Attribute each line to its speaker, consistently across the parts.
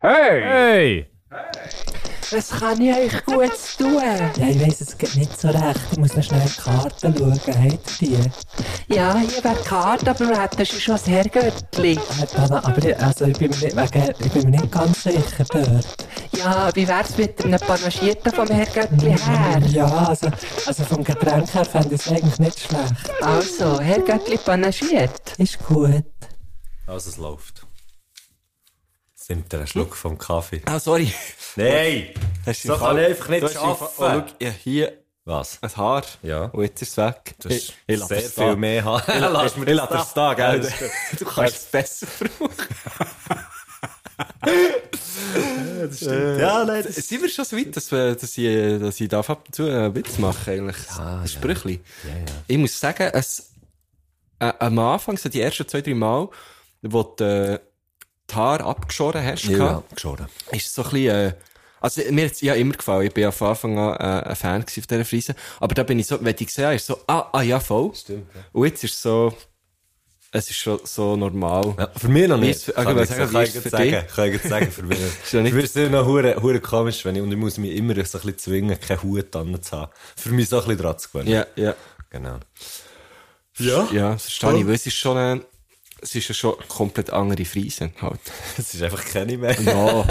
Speaker 1: Hey!
Speaker 2: Hey!
Speaker 3: Was kann ich euch Gutes tun?
Speaker 4: Ja, ich weiss es geht nicht so recht. Ich muss noch schnell in die Karten schauen. Habt ihr die? äh,
Speaker 3: Ja, hier wäre die Karte, aber wir hätten schon das Herrgöttli.
Speaker 4: Ah, Dana, aber ich, also ich, bin mir nicht, wegen- ich bin mir nicht ganz sicher dort.
Speaker 3: Ja, wie wär's mit einem Panagierten vom Herrgöttli her?
Speaker 4: Ja, also, also vom Getränk her fände ich es eigentlich nicht schlecht.
Speaker 3: Also, Herrgöttli panagiert.
Speaker 4: Ist gut.
Speaker 5: Also es läuft. Jetzt nimmt er einen Schluck vom Kaffee.
Speaker 6: Ah, sorry.
Speaker 5: Nein!
Speaker 6: Hast du
Speaker 5: So
Speaker 6: im
Speaker 5: kann
Speaker 6: Fall-
Speaker 5: ich einfach nicht
Speaker 6: Du hast im
Speaker 5: schaffen.
Speaker 6: Fall- Oh, schau, ich habe hier
Speaker 5: Was?
Speaker 6: ein Haar.
Speaker 5: Ja.
Speaker 6: Und jetzt ist es weg.
Speaker 5: Das ist
Speaker 6: ich lasse
Speaker 5: sehr
Speaker 6: es
Speaker 5: viel
Speaker 6: da.
Speaker 5: mehr haben.
Speaker 6: Ich lasse mir das da,
Speaker 5: Ja,
Speaker 6: gell?
Speaker 5: das ist-
Speaker 6: Du kannst es besser verbrauchen.
Speaker 5: Ja, nein, das
Speaker 6: Sind wir schon so weit, dass, wir- dass ich, dass ich darf ab und zu einen Witz machen eigentlich? Ja, Sprüchli. Ich muss sagen, es, äh, am Anfang, so die ersten zwei, drei Mal, wo du äh, die Haare abgeschoren hast, gehabt,
Speaker 5: geschoren.
Speaker 6: ist es so ein bisschen, äh, also mir hat's ja immer gefallen. Ich bin ja von Anfang an äh, ein Fan gewesen von dieser Frise. Aber da bin ich so, wenn ich gesehen habe, ist so, ah, ah, ja, voll. Stimmt, Und jetzt ist es so, es ist schon so normal.
Speaker 5: Ja, für mich noch
Speaker 6: Wie
Speaker 5: nicht.
Speaker 6: ist- ah, ich würde sagen, wie ist
Speaker 5: ich
Speaker 6: für
Speaker 5: sagen,
Speaker 6: dich?
Speaker 5: kann ich jetzt sagen, für mich.
Speaker 6: ja
Speaker 5: Für
Speaker 6: nicht-
Speaker 5: mich ist es noch hure, hure komisch, wenn ich, und ich muss mich immer so ein bisschen zwingen, keinen Hut dran zu haben. Für mich so ein bisschen dran zu gewöhnen.
Speaker 6: Ja, ja.
Speaker 5: Genau. Ja?
Speaker 6: Ja, das verstehe ich, weil es ist schon eine, es ist ja schon komplett andere Frise halt.
Speaker 5: Es ist einfach keine mehr.
Speaker 6: Ja.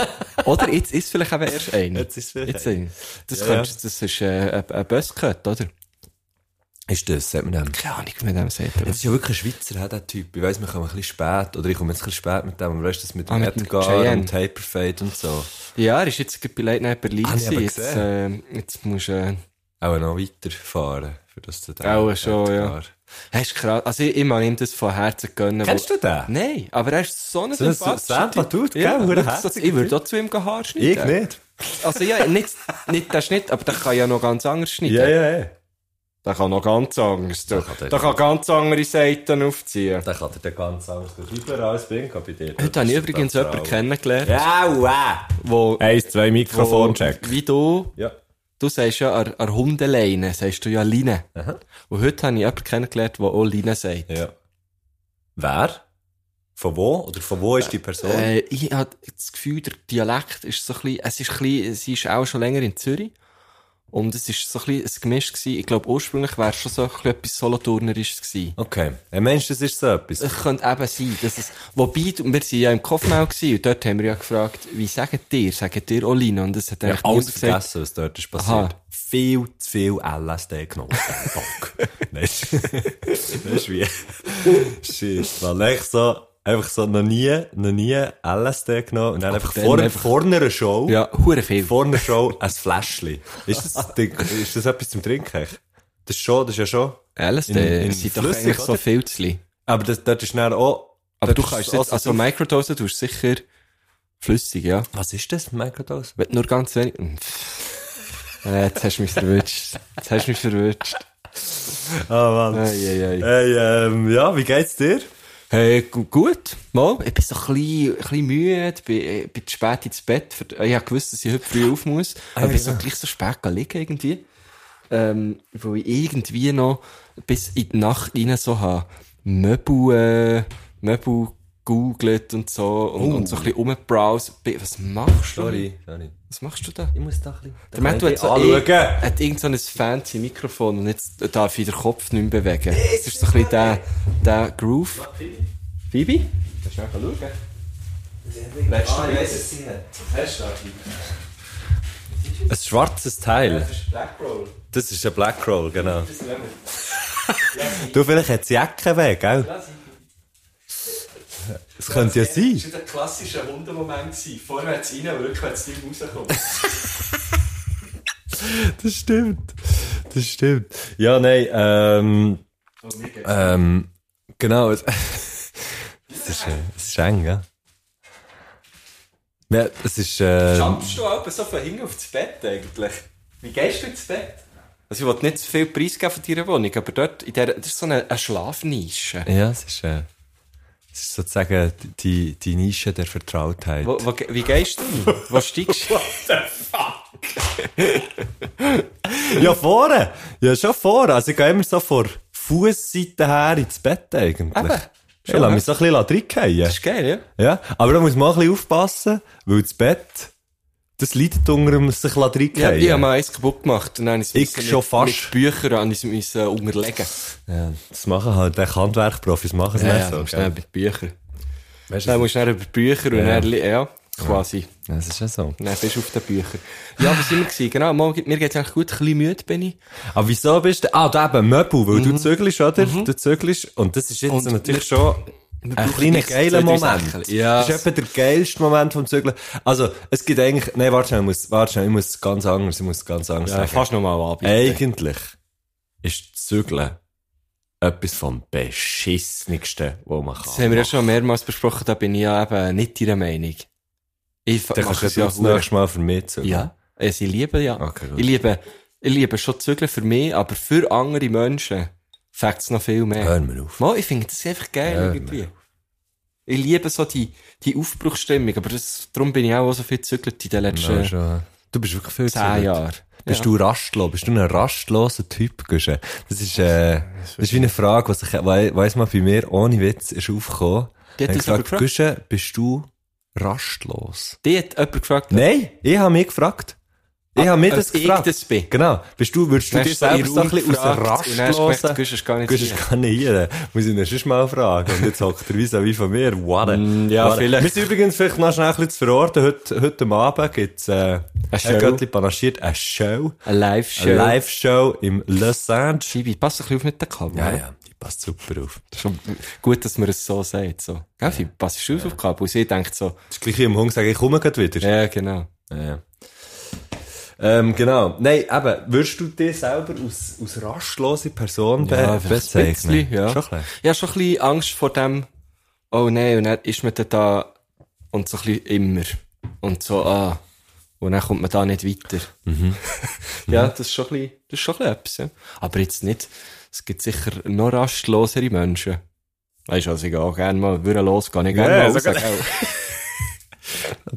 Speaker 6: oder jetzt ist vielleicht eben erst ein.
Speaker 5: Jetzt ist vielleicht
Speaker 6: jetzt
Speaker 5: eine.
Speaker 6: ein. Das,
Speaker 5: Ja,
Speaker 6: könntest, das ist äh, ein, ein Böskett, oder?
Speaker 5: Ist das, sagt man dem?
Speaker 6: Keine Ahnung, wie man dem sagt.
Speaker 5: Ja, Das ist ja wirklich ein Schweizer, hä, der Typ. Ich weiss, wir kommen ein bisschen spät, oder ich komme jetzt ein bisschen spät mit dem, aber weißt du, das mit dem
Speaker 6: Ah, mit dem
Speaker 5: Edgar
Speaker 6: Cheyenne.
Speaker 5: und Hyperfade und so.
Speaker 6: Ja, er ist jetzt gerade bei Late Night Berlin.
Speaker 5: Ah, ich
Speaker 6: gewesen.
Speaker 5: habe
Speaker 6: jetzt, äh, jetzt musst du... Äh,
Speaker 5: Auch noch weiterfahren, für das zu
Speaker 6: Auch schon, ja. hast krass. Also ich, ich mag ihm das von Herzen gönnen.
Speaker 5: Kennst
Speaker 6: weil-
Speaker 5: du den?
Speaker 6: Nein, aber er ist so ein
Speaker 5: So ein
Speaker 6: sympathischer
Speaker 5: Sampa
Speaker 6: Typ.
Speaker 5: tut,
Speaker 6: ja,
Speaker 5: gell? Hure
Speaker 6: wirklich so-
Speaker 5: herziger
Speaker 6: Ich würde
Speaker 5: Typ.
Speaker 6: auch zu ihm gehen Haare schneiden.
Speaker 5: Ich nicht.
Speaker 6: Also ja, nicht, nicht der Schnitt, aber der kann ja noch ganz anders schneiden.
Speaker 5: Ja, ja, ja.
Speaker 6: Der kann noch ganz anders. Der,
Speaker 5: Der kann
Speaker 6: der,
Speaker 5: dort-
Speaker 6: kann ganz andere Seiten aufziehen.
Speaker 5: Dann kann er den ganz anders durch überall als Bingo bei dir.
Speaker 6: Heute habe ich übrigens jemanden kennengelernt,
Speaker 5: Ja, wow!
Speaker 6: wo,
Speaker 5: Eins, zwei
Speaker 6: wo
Speaker 5: Mikrofoncheck.
Speaker 6: wie du,
Speaker 5: Ja.
Speaker 6: du sagst ja an, an Hundeleine, sagst du ja Leine. Und heute habe ich jemanden kennengelernt, der auch Leine sagt.
Speaker 5: Ja. Wer? Von wo? Oder von wo ist die Person?
Speaker 6: Äh, ich habe das Gefühl, der Dialekt ist so ein bisschen, es ist ein bisschen, sie ist auch schon länger in Zürich. Und es ist so ein bisschen ein Gemisch gewesen. Ich glaube, ursprünglich wäre es schon so ein bisschen etwas Soloturnerisches gewesen.
Speaker 5: Okay. Ein Mensch, das ist so etwas.
Speaker 6: Es könnte eben sein, dass es, wobei, du- wir waren ja im Kopfmau gewesen, und dort haben wir ja gefragt, wie sagt ihr, sagt ihr auch Leine? Und es hat
Speaker 5: Ja,
Speaker 6: eigentlich niemand
Speaker 5: alles
Speaker 6: gesagt,
Speaker 5: vergessen, was dort ist passiert.
Speaker 6: Aha.
Speaker 5: Viel zu viel LSD genommen. Fuck. Nein, das ist wie... Shit, man. Echt so, einfach so noch nie, noch nie LSD genommen und dann einfach,
Speaker 6: dann
Speaker 5: vor,
Speaker 6: einfach-
Speaker 5: vor einer Show,
Speaker 6: Ja, hure viel.
Speaker 5: vor einer Show ein Fläschchen. Ist das, ein Ding- ist das etwas zum Trinken? eigentlich? Das ist schon, das ist ja schon...
Speaker 6: LSD
Speaker 5: In- in
Speaker 6: äh, sind doch
Speaker 5: flüssig,
Speaker 6: eigentlich so
Speaker 5: oder?
Speaker 6: Filzli.
Speaker 5: Aber das, dort ist dann auch...
Speaker 6: Aber
Speaker 5: dort
Speaker 6: du
Speaker 5: ist
Speaker 6: kannst
Speaker 5: auch
Speaker 6: jetzt,
Speaker 5: so-
Speaker 6: also Microdose tust du sicher flüssig, ja.
Speaker 5: Was ist das, Microdose?
Speaker 6: Wenn nur ganz wenig... Hm, pff. Äh, jetzt hast du mich verwirrt. Jetzt hast du mich verwirrt.
Speaker 5: Ah, Mann.
Speaker 6: Eieiei.
Speaker 5: Hey, ähm, ja, wie geht's dir?
Speaker 6: Hey, gu- gut. Mal, ich bin so ein bisschen, ein bisschen müde, bin, äh, bin zu spät ins Bett. Für, ich habe gewusst, dass ich heute früh auf muss. Aber ich bin so gleich so spät gelegen irgendwie. Ähm, wo ich irgendwie noch bis in die Nacht rein so habe Möbel, äh, Möbel googelt und so und, und so ein bisschen rumgebrowst. Bin- Was machst du?
Speaker 5: Sorry, sorry.
Speaker 6: Was machst du da?
Speaker 5: Ich muss da ein bisschen... Äh,
Speaker 6: Der Matt hat, so
Speaker 5: anschauen.
Speaker 6: irgend- hat irgend so ein fancy Mikrofon und jetzt darf ich den Kopf nicht mehr bewegen. Das ist so ein bisschen der, der Groove. Phoebe? Kannst du mal schauen? Letztes Mal.
Speaker 5: Ein schwarzes Teil. Das ist ein Black Roll, genau. du, vielleicht hat sie Jacken weg, gell? Das könnte ja sein.
Speaker 6: war ein klassischer Hundemoment. Vorwärts rein, rückwärts nicht rauskommen.
Speaker 5: Das stimmt. Das stimmt. Ja, nein, ähm...
Speaker 6: Also,
Speaker 5: Ähm... Genau. Es es ist, äh, es ist eng, gell? Ja, es ist... Äh,
Speaker 6: Jumpst du aber so von hinten aufs Bett eigentlich? Wie gehst du ins Bett? Also ich wollte nicht zu viel preisgeben von deiner Wohnung, aber dort, in der, das ist so eine, eine Schlafnische.
Speaker 5: ja, es ist... Äh, es ist sozusagen die, die Nische der Vertrautheit.
Speaker 6: Wo, wo, wie gehst du? Wo steigst du?
Speaker 5: Ja, vorne. Ja, schon vorne. Also ich gehe immer so vor Fußseite her ins Bett eigentlich.
Speaker 6: Eben.
Speaker 5: Ich lasse mich so ein bisschen reinfallen.
Speaker 6: Das ist geil, ja?
Speaker 5: Ja, aber da muss man auch ein bisschen aufpassen, weil das Bett, das leidet unter dem sich reinfallen.
Speaker 6: Ja, ich habe mal eins kaputt gemacht und dann
Speaker 5: Ich schon fast.
Speaker 6: mit Büchern an uns müssen unterlegen.
Speaker 5: Ja, das machen halt echt Handwerkprofis, machen es nicht so.
Speaker 6: musst
Speaker 5: gell?
Speaker 6: dann mit Büchern.
Speaker 5: Weißt du,
Speaker 6: Dann musst du dann über die Bücher und
Speaker 5: Ja.
Speaker 6: dann, li- ja, quasi.
Speaker 5: das ist ja so.
Speaker 6: Dann bist du auf den Büchern. Ja, was sind wir gewesen? Genau, mal, mir geht's eigentlich gut, ein bisschen müde bin ich.
Speaker 5: Aber wieso bist du, ah, da eben Möbel, weil du zögelst, oder? Du zögelst, und das ist jetzt
Speaker 6: Mhm. Und
Speaker 5: natürlich
Speaker 6: wir-
Speaker 5: schon ein
Speaker 6: brauchen
Speaker 5: kleiner
Speaker 6: jetzt
Speaker 5: geiler
Speaker 6: zwei, drei
Speaker 5: Moment.
Speaker 6: Sachen. Ja.
Speaker 5: Das ist etwa der geilste Moment vom Zögeln. Also, es gibt eigentlich, nein, warte schnell, ich muss, warte schnell, ich muss ganz anders, ich muss ganz anders sagen.
Speaker 6: nochmal ab.
Speaker 5: Eigentlich ist Zögeln etwas vom Beschissenigsten, was man kann.
Speaker 6: Das haben wir ja schon mehrmals besprochen, da bin ich ja eben nicht deiner Meinung. Ich
Speaker 5: Dann
Speaker 6: mache
Speaker 5: kannst du
Speaker 6: es
Speaker 5: das
Speaker 6: ja
Speaker 5: das
Speaker 6: hure-
Speaker 5: nächste Mal für mich zögeln.
Speaker 6: Ja. Also ich liebe ja.
Speaker 5: Okay, gut.
Speaker 6: ich liebe, ich liebe schon Zügeln für mich, aber für andere Menschen fängt es noch viel mehr.
Speaker 5: Hör mir auf.
Speaker 6: Mal, ich finde das einfach geil
Speaker 5: Hör
Speaker 6: irgendwie. Ich liebe so die, die Aufbruchstimmung, aber das, darum bin ich auch so viel zügelt in den letzten
Speaker 5: Ja, schon. Du bist wirklich viel
Speaker 6: zehn
Speaker 5: gezögert.
Speaker 6: Jahren.
Speaker 5: Bist du rastlos? Bist du ein rastloser Typ? Guschen? Das ist, äh, das ist wie eine Frage, die ich, we weiss mal, bei mir ohne Witz ist aufgekommen.
Speaker 6: Die
Speaker 5: Ich
Speaker 6: hat
Speaker 5: habe
Speaker 6: uns aber
Speaker 5: gefragt,
Speaker 6: gefragt.
Speaker 5: Guschen, bist du rastlos?
Speaker 6: Die hat jemand gefragt,
Speaker 5: Nein, ich habe mich gefragt. Äh, Ich habe mir
Speaker 6: ob
Speaker 5: das
Speaker 6: ich
Speaker 5: gefragt.
Speaker 6: das bin.
Speaker 5: Genau. Bist du, würdest du
Speaker 6: Dann
Speaker 5: dir
Speaker 6: hast du so in
Speaker 5: selbst so ein bisschen
Speaker 6: den Raum
Speaker 5: aus der
Speaker 6: gefragt und dann hast du
Speaker 5: Rastlosen...
Speaker 6: gemerkt, Guschen ist gar nicht
Speaker 5: Guschen
Speaker 6: hier.
Speaker 5: ist gar nicht hier. Muss ich ihn sonst mal fragen. Und jetzt hockt er vis-à-vis von mir. Warte.
Speaker 6: Mm, ja,
Speaker 5: Warte.
Speaker 6: vielleicht.
Speaker 5: Wir sind übrigens vielleicht noch schnell ein bisschen zu verorten. Heute, heute Abend gibt es, äh,
Speaker 6: Show.
Speaker 5: ein Göttli panaschiert, eine Show.
Speaker 6: eine Live-Show.
Speaker 5: Eine Live-Show im Los Angeles.
Speaker 6: Schiebe, pass ein bisschen auf mit den Kabel.
Speaker 5: Ja,
Speaker 6: ne?
Speaker 5: ja, die passt super auf.
Speaker 6: Das ist schon gut, dass man es so sagt. So. Gell, Fibi, passt du auf auf die Kabel? Und sie denkt so,
Speaker 5: Das ist gleich wie im Hung sagen, ich komme gerade wieder.
Speaker 6: ja, genau.
Speaker 5: Ja. Ähm, genau. Nein, eben, würdest du dich selber als, als rastlose Person be
Speaker 6: Ja, vielleicht ein
Speaker 5: bezeichnen?
Speaker 6: bisschen, ja.
Speaker 5: Schon ein bisschen.
Speaker 6: Ich habe schon ein bisschen Angst vor dem, oh nein, und dann ist man dann da und so ein bisschen immer. Und so, ah, und dann kommt man da nicht weiter.
Speaker 5: Mhm.
Speaker 6: ja, das ist schon ein bisschen, das ist schon ein bisschen etwas. Ja. Aber jetzt nicht, es gibt sicher noch rastlosere Menschen. Weißt du, also ich gehe auch gerne mal würde losgehen, ich gehe
Speaker 5: Ja,
Speaker 6: gerne mal
Speaker 5: so
Speaker 6: raus,
Speaker 5: gut.
Speaker 6: gell.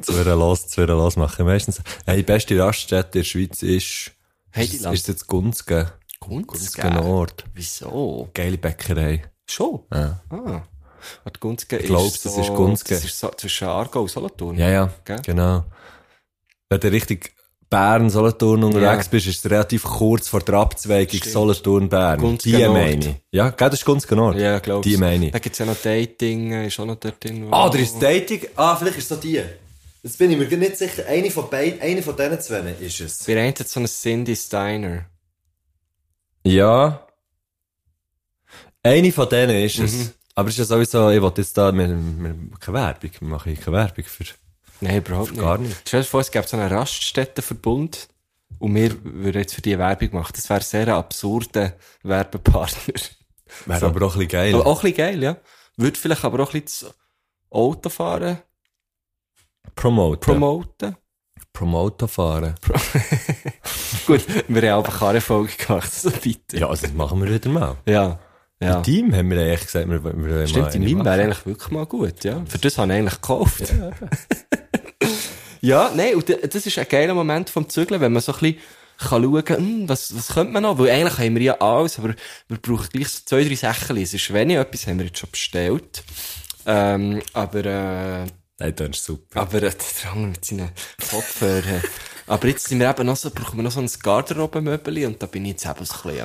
Speaker 5: Zu einer los, zu einer los machen. Meistens, hey, die beste Raststätte in der Schweiz ist,
Speaker 6: Heideland.
Speaker 5: ist jetzt Gunzgen. Gunzgen
Speaker 6: Gunzgen.
Speaker 5: Ort.
Speaker 6: Wieso?
Speaker 5: Geile Bäckerei.
Speaker 6: Schon?
Speaker 5: Ja.
Speaker 6: Ah. Und Gunzgen ist
Speaker 5: glaub, das
Speaker 6: so,
Speaker 5: ist Gunzgen.
Speaker 6: Das ist so zwischen Aargau und Solothurn.
Speaker 5: Ja, ja,
Speaker 6: Gell?
Speaker 5: genau. Wenn du richtig Bern, Solothurn unterwegs
Speaker 6: Ja.
Speaker 5: bist, ist es relativ kurz vor der Abzweigung
Speaker 6: Stimmt.
Speaker 5: Solothurn, Bern.
Speaker 6: Gunzgen
Speaker 5: Die
Speaker 6: Nord.
Speaker 5: meine ich. Ja, gell, das ist Gunzgen Nord.
Speaker 6: Ja, glaubst
Speaker 5: Die meine ich.
Speaker 6: Da gibt's ja noch Dating, äh, ist auch noch dort drin.
Speaker 5: Ah, da ist Dating. Ah, vielleicht ist es die. Jetzt bin ich mir nicht sicher. Eine von beiden, eine von diesen zwei ist es.
Speaker 6: Wir haben jetzt so einen Cindy Steiner.
Speaker 5: Ja. Eine von denen ist
Speaker 6: Mhm.
Speaker 5: es. Aber es ist ja sowieso, ich wollte jetzt da, wir, wir, keine Werbung, wir machen hier keine Werbung für,
Speaker 6: Nein, überhaupt nicht.
Speaker 5: gar nicht.
Speaker 6: Stell dir vor, es gäbe so einen Raststättenverbund und wir würden jetzt für die Werbung machen. Das wäre sehr ein absurder Werbepartner.
Speaker 5: Wäre
Speaker 6: So. Oh,
Speaker 5: aber auch ein bisschen geil.
Speaker 6: Aber auch ein bisschen geil, ja. Würde vielleicht aber auch ein bisschen das Autofahren oh.
Speaker 5: Promote.
Speaker 6: promoten.
Speaker 5: Promoter fahren.
Speaker 6: Gut, wir haben einfach keine Folge gemacht, so bitte.
Speaker 5: Ja, also das machen wir wieder mal.
Speaker 6: Ja. ja.
Speaker 5: Im Team haben wir eigentlich gesagt, wir wollen wir wollen mal
Speaker 6: Stimmt, die
Speaker 5: eine
Speaker 6: Mime
Speaker 5: machen.
Speaker 6: wäre eigentlich wirklich mal gut, ja. Für das habe ich eigentlich gekauft. Ja, ja nein, und d- das ist ein geiler Moment vom Zügeln, wenn man so ein bisschen kann schauen kann, hm, was, was könnte man noch? Weil eigentlich haben wir ja alles, aber wir brauchen gleich so zwei, drei Sachen. Es ist wenig, etwas haben wir jetzt schon bestellt. Ähm, aber, äh,
Speaker 5: Nein, das ist super.
Speaker 6: aber äh, der andere mit seinen Kopfhörern. aber jetzt sind wir eben noch so, brauchen wir noch so ein Garderobenmöbel und da bin ich jetzt eben so ein bisschen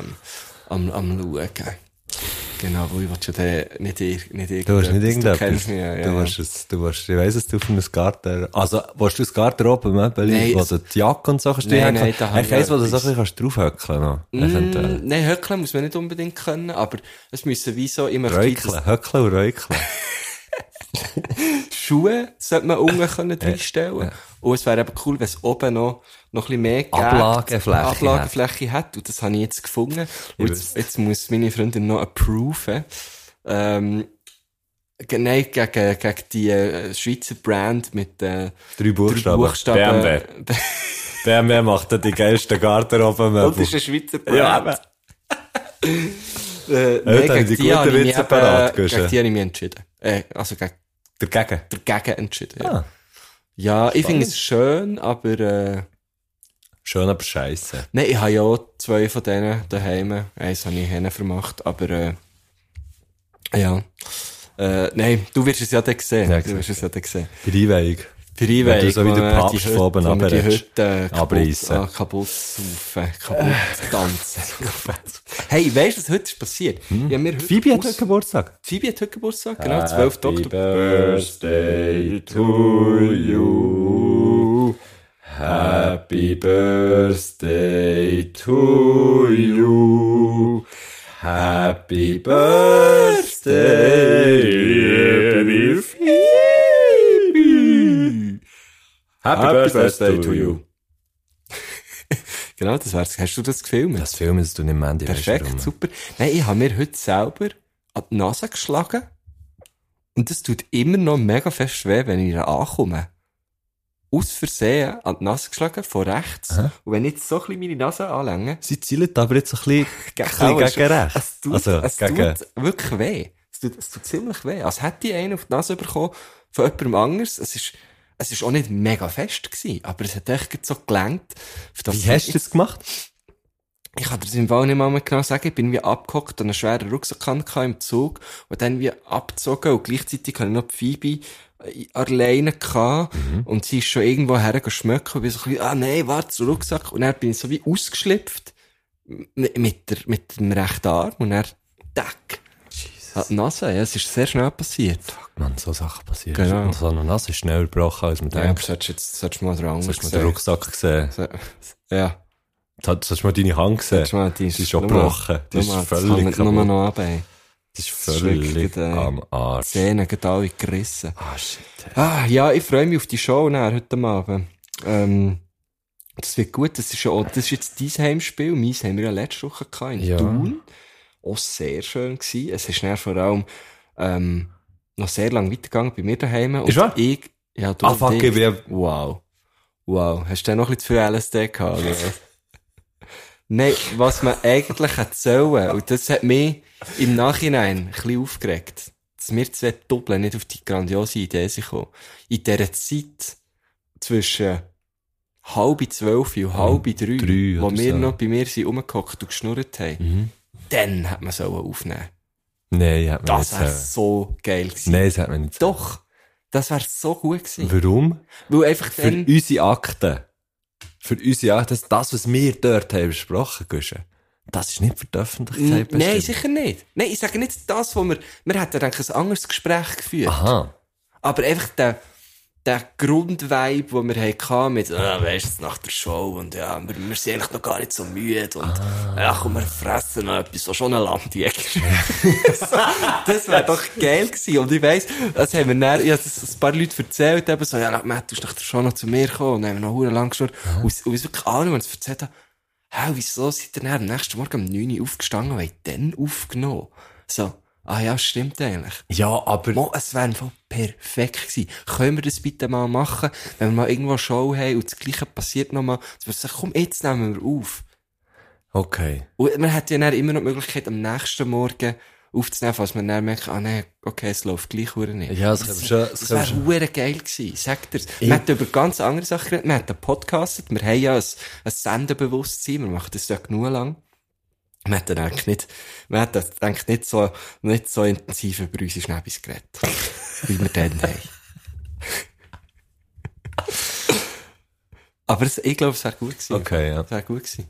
Speaker 6: am, am, am schauen. Genau, weil ich will schon den, nicht, ir- nicht irgendetwas.
Speaker 5: Du hast nicht
Speaker 6: Du
Speaker 5: irgendetwas.
Speaker 6: kennst mich, ja.
Speaker 5: du
Speaker 6: ja.
Speaker 5: willst es, du willst, ich weiss es, du von einem Garten, also, willst du das Garderobe Möbel,
Speaker 6: Nein,
Speaker 5: wo
Speaker 6: es-
Speaker 5: du die Jacke und so kannst
Speaker 6: Nein,
Speaker 5: drin
Speaker 6: nein,
Speaker 5: haben?
Speaker 6: da habe
Speaker 5: ich
Speaker 6: ich
Speaker 5: weiss, wo du so
Speaker 6: etwas.
Speaker 5: ein bisschen draufhöckeln noch.
Speaker 6: Mm,
Speaker 5: Eventuell.
Speaker 6: nein, höckeln muss man nicht unbedingt können, aber es müssen wie so, ich möchte
Speaker 5: Räukeln, höckeln und räukeln.
Speaker 6: die Schuhe sollte man unten
Speaker 5: Äh,
Speaker 6: können reinstellen. Und es wäre eben cool, wenn es oben noch, noch ein bisschen mehr gäbe.
Speaker 5: Ablagefläche
Speaker 6: Ablagefläche hat. Und das habe ich jetzt gefunden. Und jetzt, jetzt muss meine Freundin noch approven. Ähm, ge- nein, gegen, gegen die äh, Schweizer Brand mit äh,
Speaker 5: Drei Buchstaben. BMW.
Speaker 6: BMW.
Speaker 5: BMW macht dann die geilsten Garderobe
Speaker 6: Und
Speaker 5: Möbel.
Speaker 6: das ist ein Schweizer
Speaker 5: Ja,
Speaker 6: Brand. Äh,
Speaker 5: Ja,
Speaker 6: nein,
Speaker 5: da haben
Speaker 6: gegen
Speaker 5: die
Speaker 6: die,
Speaker 5: guten
Speaker 6: habe ich mich
Speaker 5: Witze
Speaker 6: eben-
Speaker 5: parat, Guschen.
Speaker 6: gegen die habe ich mich entschieden. Äh, also gegen,
Speaker 5: Dagegen.
Speaker 6: dagegen entschieden. Ja,
Speaker 5: Ah.
Speaker 6: ja ich finde es schön, aber äh,
Speaker 5: Schön, aber scheisse.
Speaker 6: nein, ich habe ja auch zwei von denen daheim. Eins habe ich hinten vermacht, aber äh, ja. Äh, nein, du wirst es ja dann sehen.
Speaker 5: Ja,
Speaker 6: du wirst es ja dann sehen.
Speaker 5: Der Einweihung.
Speaker 6: Der Einweihung,
Speaker 5: Wenn du so wie
Speaker 6: wo
Speaker 5: der
Speaker 6: wir
Speaker 5: Papst
Speaker 6: die Hütte-
Speaker 5: von oben
Speaker 6: wo wir die
Speaker 5: runterredest.
Speaker 6: Hütte kaputt,
Speaker 5: Abreißen. Äh.
Speaker 6: ah, kaputt saufen, kaputt tanzen. hey, weißt du, was heute ist passiert? Ja, mir heute
Speaker 5: Hm? Phoebe hat
Speaker 6: aus-
Speaker 5: heute Geburtstag.
Speaker 6: Phoebe hat heute Geburtstag, genau, 12. Oktober.
Speaker 5: Birthday to you. Happy Birthday to you. Happy Birthday, Phoebe. Happy, Birthday to you.
Speaker 6: Genau, das wär's. Hast du das gefilmt?
Speaker 5: Das Film ist du nicht Mandy.
Speaker 6: Perfekt, super. Nein, ich habe mir heute selber an die Nase geschlagen. Und das tut immer noch mega fest weh, wenn ich da ankomme. Aus Versehen an die Nase geschlagen, von rechts. Und wenn ich jetzt so ein bisschen meine Nase anlänge,
Speaker 5: Sie zielt aber jetzt ein bisschen, ein bisschen
Speaker 6: Auch, es-
Speaker 5: gegen rechts.
Speaker 6: Es tut,
Speaker 5: also,
Speaker 6: es
Speaker 5: gegen,
Speaker 6: tut wirklich weh. Es tut, es tut ziemlich weh. Als hätte ich einen auf die Nase bekommen von jemandem anders. Es ist, es ist auch nicht mega fest gewesen, aber es hat echt gerade so gelangt. für das-
Speaker 5: wie hast du das gemacht?
Speaker 6: ich kann dir das im Fall nicht mal mehr genau sagen. Ich bin wie abgehockt und einen schweren Rucksack hatte im Zug und dann wie abgezogen und gleichzeitig hatte ich noch die Phoebe äh, alleine gehabt
Speaker 5: Mhm.
Speaker 6: und sie ist schon irgendwo hergeschmöckt und bin so ein bisschen, ah nein, warte, so Rucksack. Und dann bin ich so wie ausgeschlüpft m- mit, der, mit dem rechten Arm und dann, tack, an die Nase. Ja, es ist sehr schnell passiert.
Speaker 5: Man, Ah, so Sachen passieren.
Speaker 6: Genau.
Speaker 5: Und so eine Nase ist schneller gebrochen, als man
Speaker 6: Ja, aber
Speaker 5: denkt.
Speaker 6: solltest du jetzt, solltest du mal dran
Speaker 5: Hast du mal den Rucksack gesehen?
Speaker 6: Ja,
Speaker 5: Hast hast du mal deine Hand gesehen?
Speaker 6: solltest du mal, die
Speaker 5: Die ist schon
Speaker 6: nur mal-
Speaker 5: gebrochen. Die ist
Speaker 6: nur mal- das
Speaker 5: völlig
Speaker 6: kann man Nur
Speaker 5: kaputt.
Speaker 6: noch runter.
Speaker 5: Die ist
Speaker 6: das ist wirklich
Speaker 5: völlig
Speaker 6: der-
Speaker 5: am Arsch.
Speaker 6: Zähne gerade alle gerissen.
Speaker 5: Ah, shit.
Speaker 6: Ah, ja, ich freue mich auf die Show nachher, heute Abend. Ähm, das wird gut. Das ist, ja auch, das ist jetzt dein Heimspiel. Meins haben wir ja letzte Woche gehabt, in
Speaker 5: Ja.
Speaker 6: Thun. Auch sehr schön gewesen. Es ist dann vor allem ähm, noch sehr lange weitergegangen bei mir daheim. Und
Speaker 5: Ist wahr?
Speaker 6: ich, ja, du
Speaker 5: Ah,
Speaker 6: und
Speaker 5: fuck,
Speaker 6: ich.
Speaker 5: ich bin...
Speaker 6: Wow. Wow. Hast du denn noch ein bisschen zu viel LSD gehabt? Oder? was? Nein, was man eigentlich hätte sollen, und das hat mich im Nachhinein ein bisschen aufgeregt, dass wir zwei Doppeln nicht auf die grandiose Idee sind gekommen. In dieser Zeit zwischen halb zwölf und halb drei,
Speaker 5: Hm, drei
Speaker 6: wo
Speaker 5: oder
Speaker 6: wir
Speaker 5: so.
Speaker 6: noch bei mir sind rumgehockt und geschnurrt haben,
Speaker 5: Mhm.
Speaker 6: dann hat man sollen aufnehmen.
Speaker 5: Nein, hat man
Speaker 6: Das
Speaker 5: nicht
Speaker 6: wäre
Speaker 5: gesehen.
Speaker 6: so geil gewesen.
Speaker 5: äh, Nein, das hat man nicht
Speaker 6: Doch, das wäre so gut gewesen.
Speaker 5: Warum?
Speaker 6: Weil einfach
Speaker 5: Für
Speaker 6: dann...
Speaker 5: unsere Akten. Für unsere Akten. Das- Das, was wir dort haben besprochen, Guschen. Das ist nicht für die
Speaker 6: N-
Speaker 5: Öffentlichkeit
Speaker 6: Nein,
Speaker 5: bestimmt.
Speaker 6: sicher nicht. Nein, ich sage nicht das, wo wir, wir hätten eigentlich ein anderes Gespräch geführt.
Speaker 5: Aha.
Speaker 6: Aber einfach der, der Grundvibe, den wir hatten mit, ah, weißt du, nach der Show und ja, wir, wir sind eigentlich noch gar nicht so müde und, ja, komm, wir fressen noch etwas, so schon ein Landjäger. das wäre doch geil gewesen. Und ich weiss, das haben wir dann, ich habe das ein paar Leute erzählt, eben so, ja, Matt, du musst nach der Show noch zu mir kommen und dann haben wir noch hure lang geschnurrt. Und es- und es wirklich alle, die es erzählt haben, hä, wieso seid ihr dann am nächsten Morgen um 9 Uhr aufgestanden und habt dann aufgenommen? So, ah ja, stimmt eigentlich.
Speaker 5: Ja, aber...
Speaker 6: Mo, es wäre einfach perfekt gewesen. Können wir das bitte mal machen, wenn wir mal irgendwo eine Show haben und das Gleiche passiert nochmal? Dass wir sagen, komm, jetzt nehmen wir auf.
Speaker 5: Okay.
Speaker 6: Und man hat ja dann immer noch die Möglichkeit, am nächsten Morgen aufzunehmen, falls man dann merkt, ah nee, okay, es läuft gleich oder nicht.
Speaker 5: Ja, das können wir schon- das
Speaker 6: Das
Speaker 5: können wir
Speaker 6: wäre
Speaker 5: schon-
Speaker 6: hure geil gewesen, sagt er's. Wir haben über ganz andere Sachen geredet, wir haben podcastet, wir haben ja ein, ein Senderbewusstsein, wir machen das ja genug lang. Wir hätten eigentlich nicht, wir hätten eigentlich nicht so, nicht so intensiv über unsere Schnäbis geredet. wie wir dann haben. Aber es, ich glaube, es wäre gut gewesen.
Speaker 5: Okay, ja.
Speaker 6: Es wäre gut gewesen.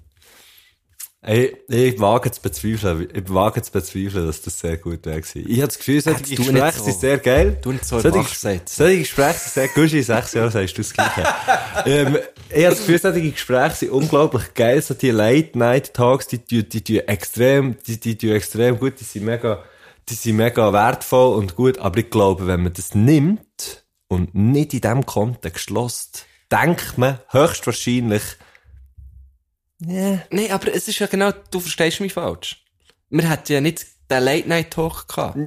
Speaker 5: Ey, ich wage zu bezweifeln, ich wage zu bezweifeln, dass das sehr gut wäre gewesen. Ich habe das Gefühl, solche
Speaker 6: Jetzt tu nicht
Speaker 5: Gespräche
Speaker 6: so.
Speaker 5: sind sehr geil.
Speaker 6: Du nicht so
Speaker 5: solche,
Speaker 6: wach setzen.
Speaker 5: solche Gespräche sind sehr gut. In sechs Jahren sagst du das Gleiche. ähm, ich habe das Gefühl, solche Gespräche sind unglaublich geil. So die Late-Night-Talks, die, die, die, die extrem, die, die, die extrem gut, die sind mega, die sind mega wertvoll und gut. Aber ich glaube, wenn man das nimmt und nicht in diesem Kontext lässt, denkt man höchstwahrscheinlich,
Speaker 6: Nein, aber es ist ja genau, du verstehst mich falsch. Wir hatten ja nicht den Late-Night-Talk gehabt.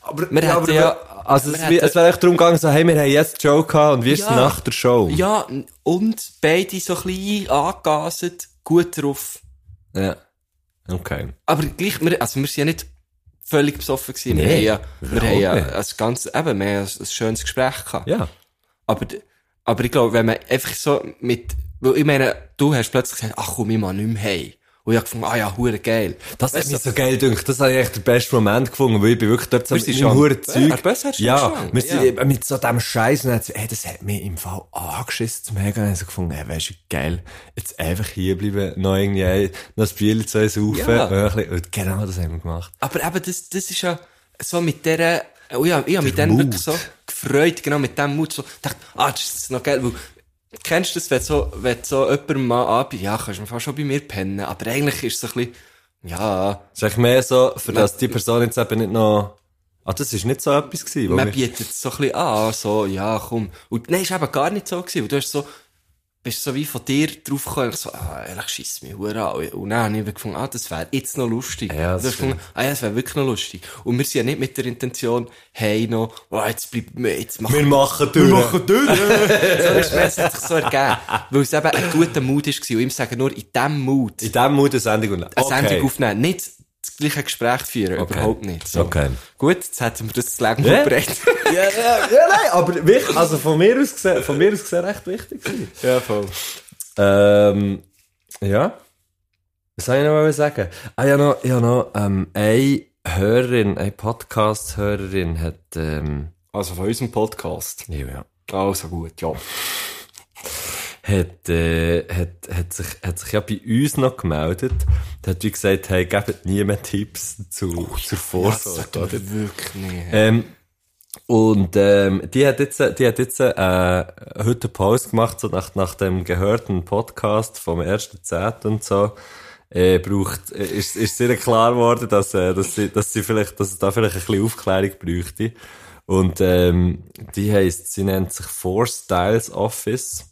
Speaker 5: Aber,
Speaker 6: Wir
Speaker 5: ja,
Speaker 6: hätten
Speaker 5: aber
Speaker 6: ja-
Speaker 5: wir- also
Speaker 6: wir
Speaker 5: es,
Speaker 6: hätten-
Speaker 5: es wäre echt darum gegangen, so, hey, wir haben jetzt die Show gehabt und wie ist
Speaker 6: Ja.
Speaker 5: es nach der Show?
Speaker 6: Ja, und beide so ein bisschen angegaset, gut drauf.
Speaker 5: Ja. Okay.
Speaker 6: Aber gleich, wir, also wir sind ja nicht völlig besoffen gewesen. wir
Speaker 5: Nee,
Speaker 6: haben ja, wir
Speaker 5: überhaupt
Speaker 6: haben ja
Speaker 5: nicht.
Speaker 6: ein ganz, eben, wir haben ein, ein schönes Gespräch gehabt.
Speaker 5: Ja.
Speaker 6: Aber, aber ich glaube, wenn man einfach so mit, weil ich meine, du hast plötzlich gesagt, ach komm, ich mal nicht mehr heim. Und ich habe gefunden, ah ja, hure geil.
Speaker 5: Das hat mich so geil gedacht. Das habe ich echt den besten Moment gefunden, weil ich bin wirklich dort so
Speaker 6: Wir sind
Speaker 5: in
Speaker 6: schon-
Speaker 5: hohen
Speaker 6: Ja,
Speaker 5: Zeug.
Speaker 6: aber Äh, besser hast du
Speaker 5: Ja,
Speaker 6: schon.
Speaker 5: wir sind mit so dem Scheiß und dann, hey, das hat mich im Fall angeschissen zum Hegen. Ich habe gefunden, hey, weißt du, geil, jetzt einfach hierbleiben, noch irgendwie ein- noch ein Bier zu uns saufen,
Speaker 6: Ja.
Speaker 5: noch ein bisschen- und genau das haben wir gemacht.
Speaker 6: Aber eben, das, das ist ja so mit dieser, oh ja, ich habe mich dann
Speaker 5: Mut.
Speaker 6: wirklich so gefreut, genau mit dem Mut, so, dachte, ah, das ist jetzt noch geil, weil, kennst du das, wenn so, wenn so jemand mal anbietet, ja, kannst du mir fast schon bei mir pennen, aber eigentlich ist es ein bisschen, ja,
Speaker 5: Das ist eigentlich mehr so, für dass die Person jetzt eben nicht noch, ah, das ist nicht so etwas gewesen, wo
Speaker 6: man
Speaker 5: wir-
Speaker 6: bietet es so ein bisschen an, so, ja, komm. Und nein, es war eben gar nicht so gewesen, weil du hast so, bist so wie von dir drauf gekommen, ich so, ah, ehrlich, schiss mich hure an. Und dann habe ich eben gefunden, ah, das wäre jetzt noch lustig.
Speaker 5: Ja, das
Speaker 6: Und du hast gefunden, ah, ja, das wäre wirklich noch lustig. Und wir sind ja nicht mit der Intention, hey, noch, oh, jetzt bleibt mir, jetzt machen
Speaker 5: wir machen durch. Wir machen
Speaker 6: so ist es hat sich so ergeben. Weil es eben ein guter Mut war. Und ich sage nur, in diesem Mut
Speaker 5: In diesem Mut eine Sendung und
Speaker 6: eine Sendung aufnehmen. Nicht das gleiche Gespräch führen.
Speaker 5: Okay.
Speaker 6: Überhaupt nicht. So.
Speaker 5: Okay.
Speaker 6: Gut, jetzt hätten wir das zu lang
Speaker 5: Ja.
Speaker 6: verbreitet.
Speaker 5: Ja, ja, ja, nein, aber wichtig, also von mir aus gesehen, von mir aus gesehen recht wichtig gewesen.
Speaker 6: Ja, voll.
Speaker 5: Ähm, ja. Was soll ich noch mal sagen? Ah, ja, noch, ja, noch, ähm, eine Hörerin, eine Podcast-Hörerin hat, ähm,
Speaker 6: Also von unserem Podcast.
Speaker 5: ja, ja,
Speaker 6: Also gut, ja.
Speaker 5: hat, äh, hat, hat sich, hat sich ja bei uns noch gemeldet. Und Hat wie gesagt, hey, gebt niemand Tipps zu,
Speaker 6: Oh,
Speaker 5: zur
Speaker 6: Also,
Speaker 5: Vorsorge, oder?
Speaker 6: wirklich nicht.
Speaker 5: Ähm, und ähm, die hat jetzt, die hat jetzt äh, heute eine Pause gemacht, so nach, nach dem gehörten Podcast vom 1.10. und so. Äh, braucht, äh, ist, ist sehr klar geworden, dass, äh, dass, sie, dass, sie vielleicht, dass es da vielleicht ein bisschen Aufklärung bräuchte. Und ähm, die heisst, sie nennt sich Four Styles Office.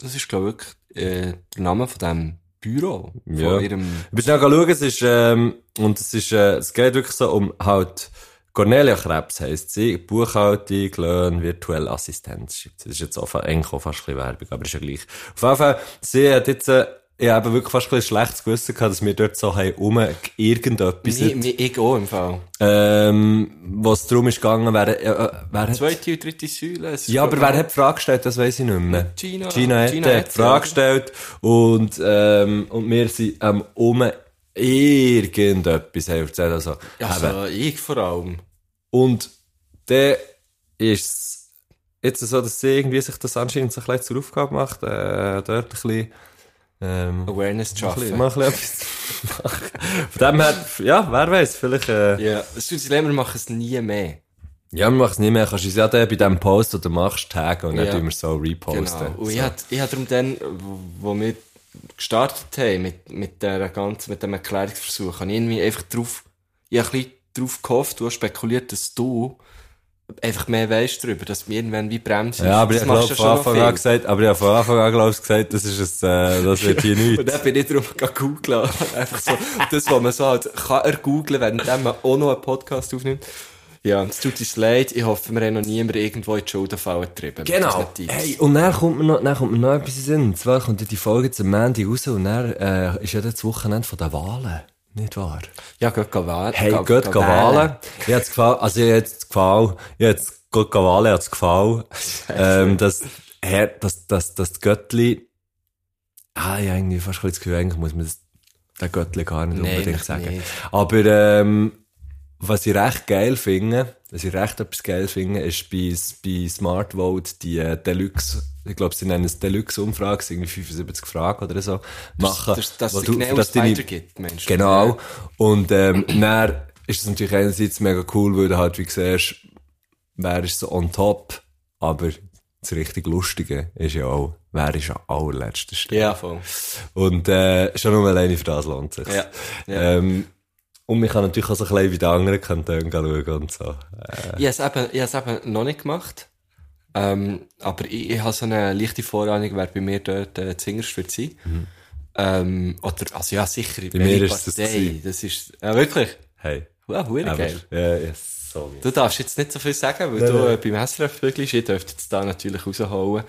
Speaker 6: Das ist, glaube ich, wirklich äh, der Name von diesem Büro.
Speaker 5: Ja.
Speaker 6: Von ihrem...
Speaker 5: Ich bin schnell schauen, es ist, ähm, und es ist, äh, es geht wirklich so um halt, Cornelia Krebs heisst sie, Buchhaltung, Löhne, virtuelle Assistenz schreibt sie. Das ist jetzt auch fa- eigentlich auch fast ein bisschen Werbung, aber ist ja gleich. Auf jeden Fall, sie hat jetzt, äh, ich habe wirklich fast ein bisschen schlechtes Gewissen gehabt, dass wir dort so haben, um irgendetwas,
Speaker 6: Nee, nee, ich auch im Fall.
Speaker 5: ähm, was darum ist gegangen, wer, äh, äh, wer hat,
Speaker 6: Zweite und dritte Säule. es ist,
Speaker 5: ja, aber
Speaker 6: glaub
Speaker 5: wer hat die Frage gestellt, das weiß ich nicht mehr.
Speaker 6: Gina-
Speaker 5: Gina hat,
Speaker 6: Gina
Speaker 5: äh,
Speaker 6: hat
Speaker 5: die
Speaker 6: sie,
Speaker 5: Frage
Speaker 6: oder?
Speaker 5: gestellt und, ähm, und wir sind ähm, um irgendetwas haben wir erzählt. Also,
Speaker 6: ich- Also ich vor allem.
Speaker 5: Und dann ist es jetzt so, dass sie irgendwie sich das anscheinend so ein bisschen zur Aufgabe macht, äh, dort ein bisschen, ähm,
Speaker 6: Awareness zu
Speaker 5: ein bisschen,
Speaker 6: schaffen.
Speaker 5: mal ein bisschen etwas zu machen. Von dem her, ja, wer weiß, vielleicht... Äh,
Speaker 6: Ja, das tut wir machen es nie mehr.
Speaker 5: Ja, wir machen es nicht mehr. Kannst du uns ja dann bei dem Post, den du machst, taggen und dann
Speaker 6: Ja.
Speaker 5: tun wir es so reposten.
Speaker 6: Genau. Und
Speaker 5: so.
Speaker 6: ich hatte ich hat darum dann, wo, wo wir gestartet haben mit, mit, der ganzen, mit dem Erklärungsversuch, habe ich irgendwie einfach drauf, ich habe ein bisschen drauf gehofft, du hast spekuliert, dass du einfach mehr weißt darüber, dass wir irgendwann wie bremsen.
Speaker 5: Ja, aber ich
Speaker 6: Das
Speaker 5: glaube,
Speaker 6: machst du
Speaker 5: von
Speaker 6: schon noch
Speaker 5: Anfang
Speaker 6: viel.
Speaker 5: an gesagt, aber ich habe von Anfang an, glaube ich, gesagt, das ist ein, äh, das wird hier
Speaker 6: Und
Speaker 5: nichts.
Speaker 6: dann bin ich darum gegangen googeln. Einfach so, das, was man so halt kann ergoogeln, währenddem man auch noch einen Podcast aufnimmt. Ja, es tut uns leid. Ich hoffe, wir haben noch niemand irgendwo in die Schuldenfalle getrieben. mit
Speaker 5: Genau.
Speaker 6: unseren Tipps.
Speaker 5: Hey, und dann kommt mir noch, dann kommt mir noch etwas in den Sinn. Und zwar kommt ja die Folge zum Montag raus und dann, äh, ist ja das Wochenende von den Wahlen. Nicht wahr?
Speaker 6: Ja, geht wählen.
Speaker 5: Hey, geht, geht, wählen.
Speaker 6: Äh.
Speaker 5: Ich hat's gefallen, also ich hat's gefallen, ich hat's, geht wählen, hat's gefallen, ähm, dass, Herr, dass, dass, dass die Göttli, ah, ja, irgendwie fast ein bisschen das Gefühl, eigentlich muss man das, den Göttli gar nicht
Speaker 6: Nein,
Speaker 5: unbedingt
Speaker 6: eigentlich
Speaker 5: sagen.
Speaker 6: nicht.
Speaker 5: Aber, ähm, was ich recht geil finde, was ich recht etwas geil finde, ist bei, bei Smart Vote die äh, Deluxe, ich glaube, sie nennen es Deluxe-Umfrage, irgendwie 75 Fragen oder so, machen.
Speaker 6: Dass, dass
Speaker 5: wo
Speaker 6: es
Speaker 5: du-
Speaker 6: genau
Speaker 5: dass
Speaker 6: das
Speaker 5: deine-
Speaker 6: weitergibt, Mensch.
Speaker 5: Genau. Und ähm, dann ist es natürlich einerseits mega cool, weil du halt, wie siehst, wer ist so on top, aber das richtig Lustige ist ja auch, wer ist am allerletzten Stelle.
Speaker 6: Ja, voll.
Speaker 5: Und äh, schon nur alleine für das lohnt sich.
Speaker 6: Ja. Ja.
Speaker 5: Ähm, und man kann natürlich auch so ein bisschen wie die anderen Kantone schauen und so.
Speaker 6: Ich habe es eben, ich hab's eben noch nicht gemacht. Ähm, aber ich, ich habe so eine leichte Vorahnung, wer bei mir dort äh, Zingers wird sein. Ähm, oder, also ja, sicher.
Speaker 5: Mhm. Bei mir
Speaker 6: welche
Speaker 5: ist das
Speaker 6: Partei.
Speaker 5: gewesen.
Speaker 6: Das ist, ja, wirklich.
Speaker 5: Hey.
Speaker 6: Wow, hure
Speaker 5: Aber,
Speaker 6: geil.
Speaker 5: ja, ja, sorry.
Speaker 6: Du darfst jetzt nicht so viel sagen, weil du äh, beim SRF bügelst. Ich dürfte jetzt da natürlich raushauen.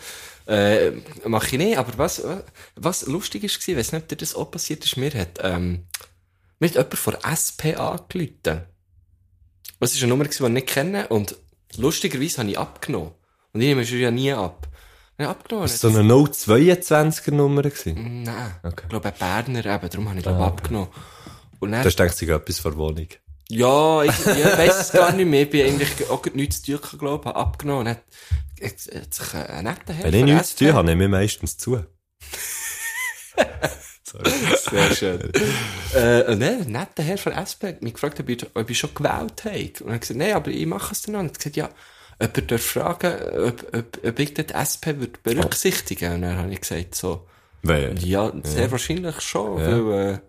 Speaker 6: Äh, mach ich nicht, aber was, äh, was lustig ist, gewesen, weiss nicht, ob dir das auch passiert ist, mir hat, ähm, mir hat jemand von SP angerufen. Das ist eine Nummer, gewesen, die ich nicht kenne und lustigerweise habe ich abgenommen. Und ich nehme schon ja nie ab. Ja, abgenommen.
Speaker 5: So eine 022er Nummer gewesen.
Speaker 6: Nein.
Speaker 5: Okay. Ah,
Speaker 6: Ich glaube, ein Berner eben, darum habe ich glaube abgenommen. Und dann,
Speaker 5: Das denkt sich etwas vor Wohnung.
Speaker 6: ja, ich, ja, ich weiss es gar nicht mehr. Ich bin eigentlich auch gerade nichts zu tun, gehabt, glaube ich, habe abgenommen. Und dann hat, hat, hat sich ein- ein netter Herr
Speaker 5: Wenn ich nichts zu tun
Speaker 6: verändert.
Speaker 5: habe, nehme ich meistens zu.
Speaker 6: Sehr schön. äh, und dann, ein netter Herr von SP hat mich gefragt, ob ich, ob ich schon gewählt habe. Und er hat gesagt, nein, aber ich mache es dann noch. Und er hat gesagt, ja, jemand darf fragen, ob, ob, ob ich dort SP würde berücksichtigen Und dann habe ich gesagt, so,
Speaker 5: Weil,
Speaker 6: Ja, sehr wahrscheinlich schon, weil, äh,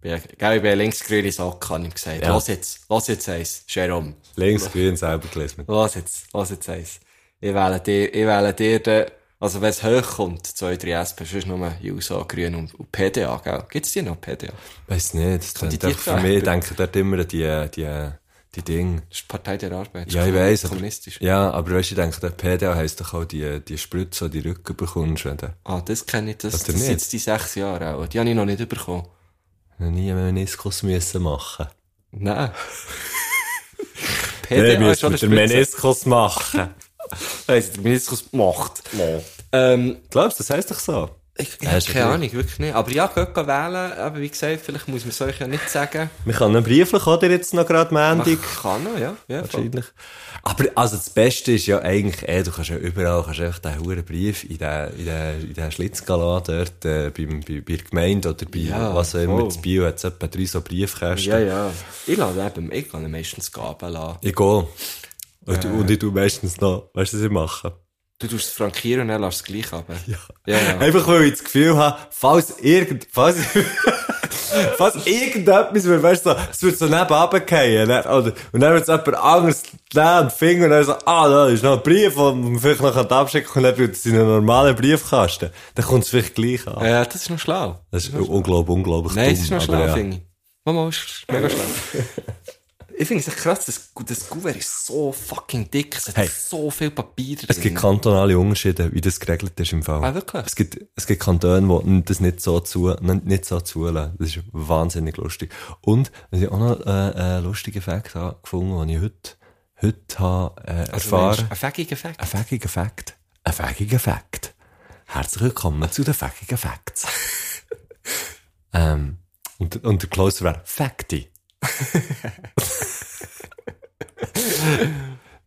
Speaker 6: bin ja, gell, ich bin ja linksgrüne Socke, habe ich gesagt. Los jetzt, los jetzt eins, Jerome.
Speaker 5: links, grün, selber gelesen.
Speaker 6: Los jetzt, los jetzt eins. Ich wähle dir, ich wähle dir den, also wenn es hochkommt, 2, 3 SP, sonst nur USA, Grün und, und PDA, gell? Gibt's die noch, PDA?
Speaker 5: Weiß nicht, das
Speaker 6: die
Speaker 5: klingt einfach für
Speaker 6: Tierfragen?
Speaker 5: mich, denken dort immer an die, die, die Dinge.
Speaker 6: Das ist die Partei der Arbeit.
Speaker 5: Ja, ich weiss. aber-
Speaker 6: Kommunistisch.
Speaker 5: Ja, aber weißt du, ich denke, der PDA heisst doch auch die, die Spritze, die du in den Rücken bekommst, wenn du
Speaker 6: Ah, das kenne ich, das,
Speaker 5: Hast du
Speaker 6: das
Speaker 5: nicht?
Speaker 6: sitzt die sechs Jahre auch. Die habe ich noch nicht bekommen.
Speaker 5: noch nie einen Meniskus müssen machen
Speaker 6: Nein.
Speaker 5: mussten.
Speaker 6: PDA ist schon eine Spitze.
Speaker 5: Meniskus machen.
Speaker 6: Weiss, der Meniskus macht. Ähm,
Speaker 5: Glaubst du, das heisst doch so?
Speaker 6: Ich, ich
Speaker 5: Ja,
Speaker 6: habe
Speaker 5: ist
Speaker 6: keine
Speaker 5: okay.
Speaker 6: Ahnung, wirklich nicht. Aber ja, geht gehen wählen, aber wie gesagt, vielleicht muss man es euch ja nicht sagen.
Speaker 5: Wir können einen brieflich, oder jetzt noch gerade Mendig?
Speaker 6: Ach, kann er, ja. ja voll.
Speaker 5: Wahrscheinlich. Aber also das Beste ist ja eigentlich, eh, du kannst ja überall kannst einfach den hohen Brief in den, in den, in den Schlitz gehen lassen, dort äh, beim, bei, bei der Gemeinde oder bei
Speaker 6: Ja,
Speaker 5: was auch immer.
Speaker 6: voll.
Speaker 5: Das Bio hat etwa drei so Briefkästen.
Speaker 6: ja, ja. Ich lasse eben, ich lasse meistens Gaben lassen.
Speaker 5: Ich gehe. Und, und ich tue meistens noch, weißt du, was ich mache?
Speaker 6: Du tust es frankieren und dann lässt du es gleich haben. Ja. ja.
Speaker 5: Einfach weil ich das Gefühl habe, falls irgend, falls, falls irgendetwas, wird, weißt du, so, es wird so neben runterfallen, ne? oder, und dann wird es jemand anderes nehmen und finger und dann so, ah, da ist noch ein Brief, den man vielleicht noch abschicken kann, und dann wird es in einen normalen Briefkasten. Dann kommt es vielleicht gleich an.
Speaker 6: Ja, Äh, das ist noch schlau.
Speaker 5: Das ist unglaublich, unglaublich
Speaker 6: Nein, das ist noch
Speaker 5: aber
Speaker 6: schlau,
Speaker 5: ja.
Speaker 6: finde ich. Mama, das ist mega schlau. ich finde es echt krass, das, das Gouverne ist so fucking dick, es hat
Speaker 5: Hey.
Speaker 6: so viel Papier drin.
Speaker 5: Es gibt kantonale Unterschiede, wie das geregelt ist im Fall.
Speaker 6: Ah, wirklich?
Speaker 5: Es gibt, es gibt Kantone, die das nicht so zu, nicht so zulassen. Das ist wahnsinnig lustig. Und, was ich auch noch, äh, einen lustigen Fakt habe gefunden, den ich heute, heute habe, äh, erfahren.
Speaker 6: Ein fägiger Fakt.
Speaker 5: Ein fäkiger Fakt. Ein fäkiger Fakt. Herzlich willkommen zu den fäkigen Facts. ähm, und, und der Closer wäre Fakti.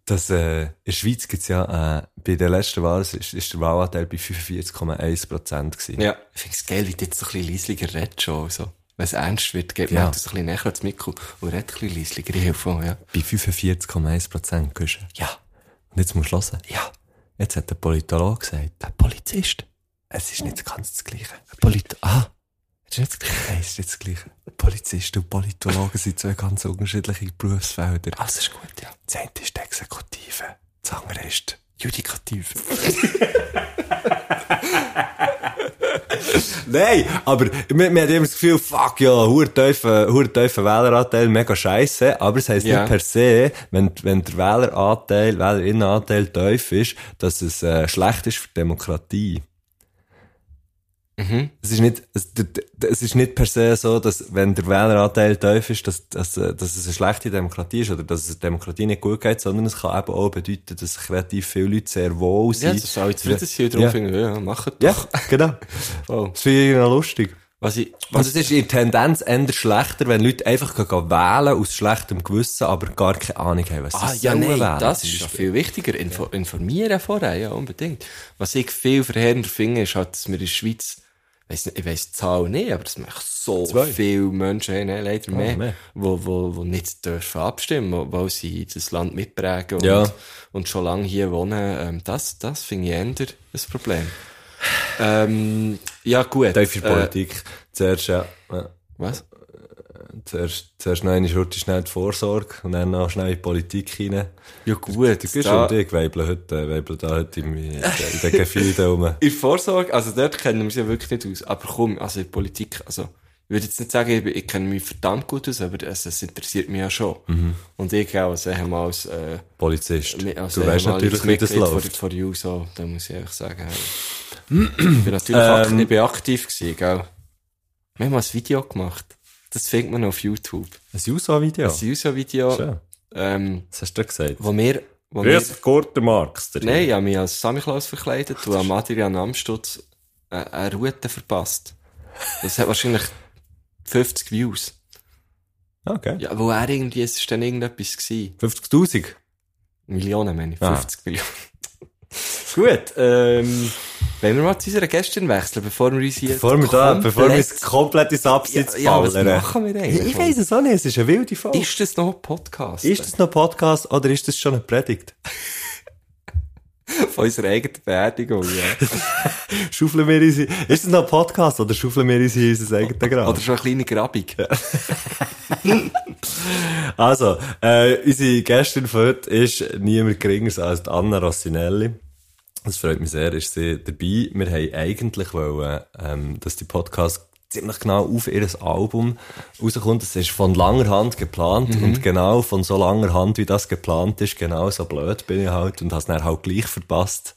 Speaker 5: Das, äh, in der Schweiz gibt's ja, äh, bei der letzten Wahl ist, ist der Wahlanteil bei 45,1 Prozent gewesen.
Speaker 6: Ja. Ich finde es geil, wie du jetzt so ein bisschen leislicher redest schon. Also, wenn es ernst wird, geht
Speaker 5: Ja.
Speaker 6: man das ein bisschen näher ans Mikro und redet ein bisschen leislicher. Ich helfe auch, ja.
Speaker 5: Bei 45,1 Prozent, gehst du?
Speaker 6: Ja.
Speaker 5: Und jetzt musst du hören. Ja. Jetzt hat der Politolog gesagt. Der Polizist? Es ist nicht ganz das Gleiche. Polit... Ah. Es ist nicht das Gleiche. Nein, es ist nicht das Gleiche. Polizist und Politologen sind zwei ganz unterschiedliche Berufsfelder.
Speaker 6: Also ist gut, ja.
Speaker 5: Ah, Das eine ist die Exekutive, das andere ist die Judikative. Nein, aber man, man hat immer das Gefühl, fuck ja, hoher tiefer hoher tiefer Wähleranteil, mega scheiße. Aber es heisst
Speaker 6: Ja.
Speaker 5: nicht per se, wenn, wenn der Wähleranteil, Wählerinnenanteil tief ist, dass es äh, schlecht ist für die Demokratie. Es ist, nicht, es, d- d- es ist nicht per se so, dass wenn der Wähleranteil tief ist, dass, dass, äh, dass es eine schlechte Demokratie ist oder dass es der Demokratie nicht gut geht, sondern es kann eben auch bedeuten, dass relativ viele Leute sehr wohl
Speaker 6: Ja,
Speaker 5: sind.
Speaker 6: das ist auch jetzt wieder das hier drum.
Speaker 5: Ja.
Speaker 6: Finde, ich, ja, macht
Speaker 5: Ja,
Speaker 6: doch.
Speaker 5: genau.
Speaker 6: Voll.
Speaker 5: Das finde ich noch lustig.
Speaker 6: Was ich,
Speaker 5: Und
Speaker 6: was
Speaker 5: es ist in der Tendenz eher schlechter, wenn Leute einfach gehen gehen wählen aus schlechtem Gewissen, aber gar keine Ahnung haben, was
Speaker 6: Ah,
Speaker 5: sie
Speaker 6: ja,
Speaker 5: sollen
Speaker 6: nein,
Speaker 5: wählen.
Speaker 6: das ist ja viel wichtiger. Info Informieren vorher, ja, unbedingt. Was ich viel verheerender finde, ist halt, dass wir in der Schweiz, weiss nicht, ich weiss die Zahl nicht, aber dass wir echt so
Speaker 5: Zwei. Ah,
Speaker 6: viele Menschen haben, ne, leider mehr,
Speaker 5: mehr.
Speaker 6: wo, wo, wo nicht dürfen abstimmen, weil sie das Land mitprägen und,
Speaker 5: Ja.
Speaker 6: und schon lange hier wohnen. Ähm, das, das finde ich eher ein Problem. ähm, ja, gut.
Speaker 5: Tiefe
Speaker 6: äh,
Speaker 5: Politik. Zuerst, ja. ja.
Speaker 6: was?
Speaker 5: Zuerst, zuerst noch eine Schurte schnell die Vorsorge und dann noch schnell in die Politik rein.
Speaker 6: Ja, gut.
Speaker 5: Du bist und ich weibeln heute, weibeln da heute im, in in den Gefilden rum.
Speaker 6: In der Vorsorge, also dort kennen wir sie ja wirklich nicht aus. Aber komm, also in der Politik, also ich würde jetzt nicht sagen, ich, bin- ich kenne mich verdammt gut aus, aber es, es interessiert mich ja schon.
Speaker 5: Mhm.
Speaker 6: Und ich auch als ehemals, äh,
Speaker 5: Polizist.
Speaker 6: mi- als
Speaker 5: du weißt
Speaker 6: ehemaliges
Speaker 5: natürlich, wie das
Speaker 6: Mitglied von,
Speaker 5: läuft.
Speaker 6: der- von der JUSO, da muss ich ehrlich sagen. äh, ich bin natürlich
Speaker 5: Ähm.
Speaker 6: aktiv, ich bin aktiv gewesen, gell. Wir haben mal ein Video gemacht. Das findet man auf YouTube.
Speaker 5: Ein Juso-Video.
Speaker 6: Das JUSO-Video,
Speaker 5: Schön.
Speaker 6: ähm,
Speaker 5: Das hast du gesagt.
Speaker 6: wo wir wo
Speaker 5: Grüß
Speaker 6: wir-
Speaker 5: dich, Gurten Marx. der
Speaker 6: Nein, ich habe mich als Sammy Klaus verkleidet und am Adrian Amstutz eine, eine Route verpasst. Das hat wahrscheinlich 50 Views.
Speaker 5: hier. Okay.
Speaker 6: Ja, wo er irgendwie, es ist dann irgendetwas gewesen.
Speaker 5: 50.000.
Speaker 6: Millionen, meine ich.
Speaker 5: Ah.
Speaker 6: 50 Millionen.
Speaker 5: Gut, ähm,
Speaker 6: Wenn wir mal zu unserer Gästin wechseln, bevor wir uns hier...
Speaker 5: bevor wir da, bevor wir ins
Speaker 6: komplett-
Speaker 5: komplette Absitz
Speaker 6: Ja, ja, was
Speaker 5: ballern.
Speaker 6: machen wir
Speaker 5: Ich,
Speaker 6: eigentlich?
Speaker 5: ich weiss es auch nicht, es ist eine wilde Folge.
Speaker 6: Ist das noch ein Podcast?
Speaker 5: Ist das noch Podcast oder ist das schon eine Predigt?
Speaker 6: Von unserer eigenen Beerdigung, ja.
Speaker 5: Schaufeln wir unsere, ist das noch Podcast oder schaufeln wir unsere, unser eigenes Grab?
Speaker 6: Oder schon eine kleine Grabung.
Speaker 5: Also, äh, unsere Gästin von heute ist niemand geringeres als die Anna Rossinelli. Das freut mich sehr, ist sie dabei. Wir haben eigentlich wollen, ähm, dass die Podcast ziemlich genau auf ihr Album rauskommt. Das ist von langer Hand geplant und genau von so langer Hand, wie das geplant ist, genau so blöd bin ich halt und habe es dann halt gleich verpasst,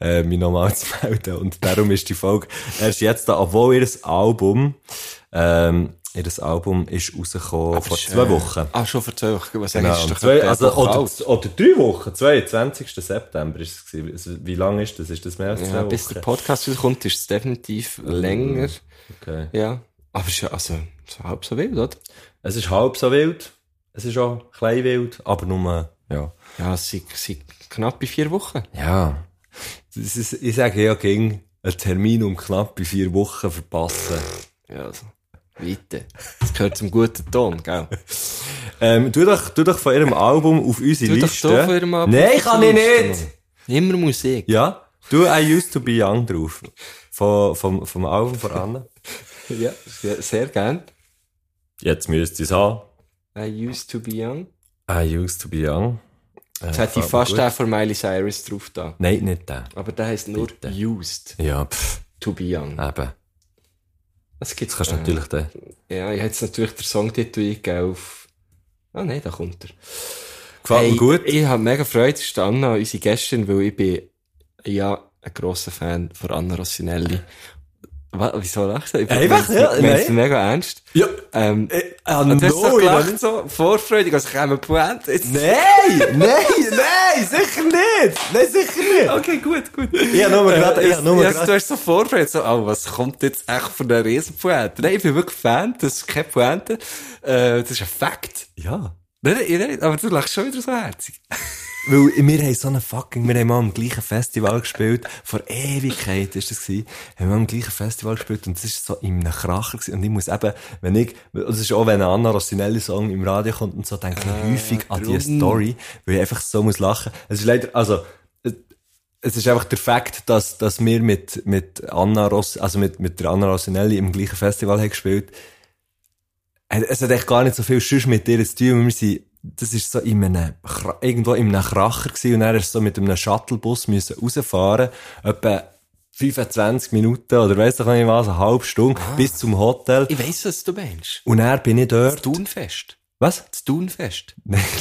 Speaker 5: äh, mich nochmal zu melden. Und darum ist die Folge erst jetzt da, obwohl ihr Album, ähm, ihr Album ist rausgekommen vor
Speaker 6: Ist,
Speaker 5: zwei
Speaker 6: äh,
Speaker 5: Wochen.
Speaker 6: Ah, schon vor zwei Wochen. Was
Speaker 5: Genau,
Speaker 6: sagst
Speaker 5: am
Speaker 6: du? Ist doch
Speaker 5: zwei,
Speaker 6: etwa
Speaker 5: also,
Speaker 6: eine Woche
Speaker 5: oder,
Speaker 6: alt.
Speaker 5: oder drei Wochen, 22. September ist es gewesen. Also, Wie lange ist das? Ist das mehr als zwei
Speaker 6: Ja, Also, Äh. bis der
Speaker 5: Wochen?
Speaker 6: Podcast rauskommt, ist es definitiv länger.
Speaker 5: Okay.
Speaker 6: Ja. Aber es ist ja, also, so halb so wild, oder?
Speaker 5: Es ist halb so wild, es ist auch klein wild, aber nur, ja.
Speaker 6: Ja, es sind, sind knappe vier Wochen.
Speaker 5: Ja. Das ist, ich sage ja, ging einen Termin um knapp in vier Wochen verpassen.
Speaker 6: Ja, also. Weite. Das gehört zum guten Ton, gell?
Speaker 5: Ähm, tu doch, tu doch von ihrem Album auf unsere
Speaker 6: Tu doch
Speaker 5: Liste.
Speaker 6: da von ihrem Album
Speaker 5: Nein,
Speaker 6: auf
Speaker 5: kann ich
Speaker 6: unsere Liste,
Speaker 5: nicht!
Speaker 6: Immer Musik.
Speaker 5: Ja? Du, I used to be young drauf. Von, vom, vom Album von Anna.
Speaker 6: Ja, sehr, sehr gern.
Speaker 5: Jetzt müsst ihr es haben.
Speaker 6: I used to be young.
Speaker 5: I used Ah, to be young. Äh,
Speaker 6: Jetzt hätte
Speaker 5: gefällt mir
Speaker 6: ich fast
Speaker 5: gut.
Speaker 6: den von Miley Cyrus drauf da.
Speaker 5: Nein, nicht der.
Speaker 6: Aber der heisst nur
Speaker 5: Bitte.
Speaker 6: used
Speaker 5: Ja, pff,
Speaker 6: to be young.
Speaker 5: eben.
Speaker 6: Ah, Das gibt's
Speaker 5: Jetzt kannst du
Speaker 6: äh,
Speaker 5: natürlich den.
Speaker 6: Ja, ich hätte es natürlich den Songtitel eingegeben auf. Ah, nein, da kommt er.
Speaker 5: Gefällt mir gut.
Speaker 6: Ich habe mega Freude, es ist Anna, unsere Gästin, weil ich bin ja ein grosser Fan von Anna Rossinelli. Wa- Wieso lachst du? Ich
Speaker 5: Einfach, ja,
Speaker 6: Ich meine es
Speaker 5: nein.
Speaker 6: mega ernst.
Speaker 5: Ja.
Speaker 6: Ähm,
Speaker 5: Äh, ah,
Speaker 6: und du hast so
Speaker 5: no, ich hab
Speaker 6: gelacht,
Speaker 5: nicht- also
Speaker 6: so vorfreudig, als käme ein Pointe. Jetzt-
Speaker 5: Äh, Nein, nein, nein, sicher nicht. Nein, sicher nicht.
Speaker 6: Okay, gut, gut.
Speaker 5: Ich hab nur grad- ich
Speaker 6: ja,
Speaker 5: hab nur grad-
Speaker 6: Du hast so vorbereitet, so, oh, was kommt jetzt echt von der Riesenpointe? Nein, ich bin wirklich Fan, das ist keine Pointe, äh, das ist ein Fakt.
Speaker 5: Ja.
Speaker 6: Nein, nein, nein, aber du lachst schon wieder so herzig.
Speaker 5: Weil wir haben so einen fucking, wir haben mal am gleichen Festival gespielt, vor Ewigkeit ist das gewesen, haben wir am gleichen Festival gespielt und das ist so in einem Kracher gewesen. und ich muss eben, wenn ich, das ist auch wenn ein Anna Rossinelli Song im Radio kommt und so, denke ich häufig an die
Speaker 6: drum.
Speaker 5: Story, weil ich einfach so muss lachen. Es ist leider, also, äh, es ist einfach der Fakt, dass, dass wir mit, mit Anna Ross, also mit, mit der Anna Rossinelli im gleichen Festival haben gespielt es es hat echt gar nicht so viel Schuss mit dir zu tun. weil Wir sind, das ist so in einem, Kra- irgendwo in einem Kracher gewesen und er ist so mit einem Shuttlebus müssen rausfahren, etwa 25 Minuten oder weiss doch nicht was, eine halbe Stunde bis zum Hotel.
Speaker 6: Ich weiss, was du meinst.
Speaker 5: Und er bin ich
Speaker 6: Das
Speaker 5: dort.
Speaker 6: Thunfest.
Speaker 5: Was?
Speaker 6: Das Thunfest.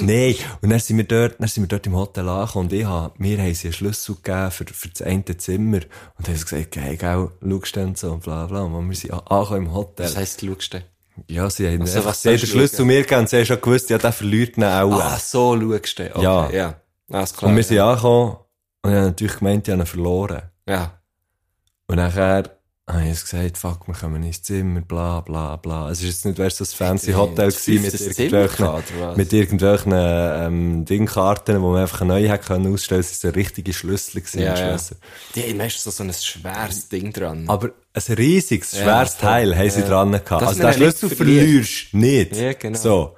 Speaker 5: Nein. Und dann sind wir dort, dann sind wir dort im Hotel angekommen und ich habe, mir haben sie einen Schlüssel gegeben für, für das eine Zimmer. Und haben sie gesagt, hey, gell, schaust du denn so und bla, bla. Und wir sind an- angekommen im Hotel.
Speaker 6: Das heisst, du schaust den.
Speaker 5: Ja, sie haben
Speaker 6: Also,
Speaker 5: also,
Speaker 6: was
Speaker 5: was den
Speaker 6: sollst du
Speaker 5: Schlüssel zu mir gegeben und sie haben schon gewusst, ja, der verliert ihn auch.
Speaker 6: Ah, so schaust du den. Okay,
Speaker 5: Ja.
Speaker 6: ja. ja. Alles klar.
Speaker 5: und wir sind angekommen und ich habe natürlich gemeint, ich habe ihn verloren.
Speaker 6: ja.
Speaker 5: Und nachher habe ich jetzt gesagt, fuck, wir kommen ins Zimmer, bla, bla, bla. Es war jetzt nicht weißt, du, so ein fancy Hotel
Speaker 6: Äh, das
Speaker 5: gewesen mit
Speaker 6: fünfte Zimmer gehabt, oder
Speaker 5: irgendwelchen,
Speaker 6: was?
Speaker 5: mit irgendwelchen ähm, Dingkarten, wo man einfach neu hätte können ausstellen. Es waren so richtige Schlüssel. gewesen,
Speaker 6: Ja,
Speaker 5: die
Speaker 6: ja.
Speaker 5: Schlösser.
Speaker 6: Die haben meistens so ein schweres Ding dran.
Speaker 5: Aber ein riesiges,
Speaker 6: Ja,
Speaker 5: schweres
Speaker 6: voll.
Speaker 5: Teil haben sie
Speaker 6: Ja.
Speaker 5: dran gehabt.
Speaker 6: Dass
Speaker 5: also
Speaker 6: man
Speaker 5: den
Speaker 6: ihn nicht
Speaker 5: Schlüssel verlierst du nicht.
Speaker 6: Ja, genau.
Speaker 5: So.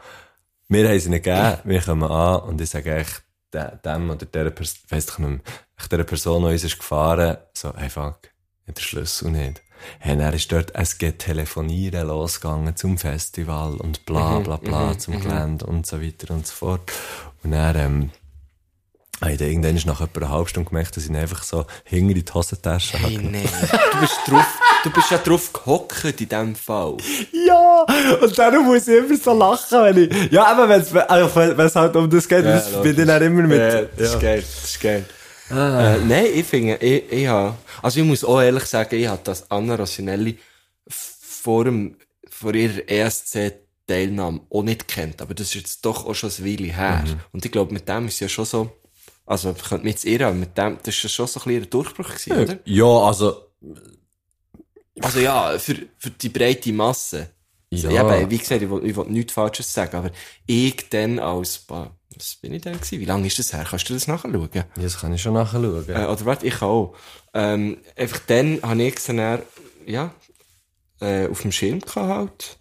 Speaker 5: Wir haben sie nicht gegeben, wir kommen an und ich sage echt de- dem oder der Person, weiss doch nicht mehr, echt dieser Person, die uns ist gefahren, so, hey fuck, ich hab den Schlüssel nicht. Hey, dann ist dort es geht telefonieren losgegangen zum Festival und bla
Speaker 6: Mhm,
Speaker 5: bla bla zum Gelände und so weiter und so fort. Und dann, ähm, habe ich dann irgendwann nach etwa einer halben Stunde gemerkt, dass ich ihn einfach so hinter in die Hosentasche habe
Speaker 6: Hey, nein. Du bist drauf, du bist ja drauf gehockt in diesem Fall.
Speaker 5: Ja, und darum muss ich immer so lachen, wenn ich, ja, aber wenn es, also, wenn es halt um das geht, das bin ich dann immer mit, Ah.
Speaker 6: Ja, das ist geil, das ist geil. Äh, nein, ich finde, ich, ich habe, also ich muss auch ehrlich sagen, ich habe das Anna Rossinelli vor, dem, vor ihrer ESC Teilnahme auch nicht kennt. Aber das ist jetzt doch auch schon ein Weile her.
Speaker 5: Mhm.
Speaker 6: Und ich glaube, mit dem ist ja schon so, also ich könnte mich jetzt irren, aber mit dem, das ist ja schon so ein kleiner Durchbruch gewesen, oder?
Speaker 5: Ja, also,
Speaker 6: Also ja, für, für die breite Masse. Also,
Speaker 5: Ja.
Speaker 6: Eben, wie gesagt, ich will, ich will nichts Falsches sagen, aber ich dann als, bah, was bin ich denn gewesen? Wie lange ist das her? Kannst du das nachschauen?
Speaker 5: das kann ich schon nachschauen.
Speaker 6: Äh, oder warte, ich auch. Ähm, einfach dann habe ich gesehen, er, ja, äh, auf dem Schirm gehabt halt.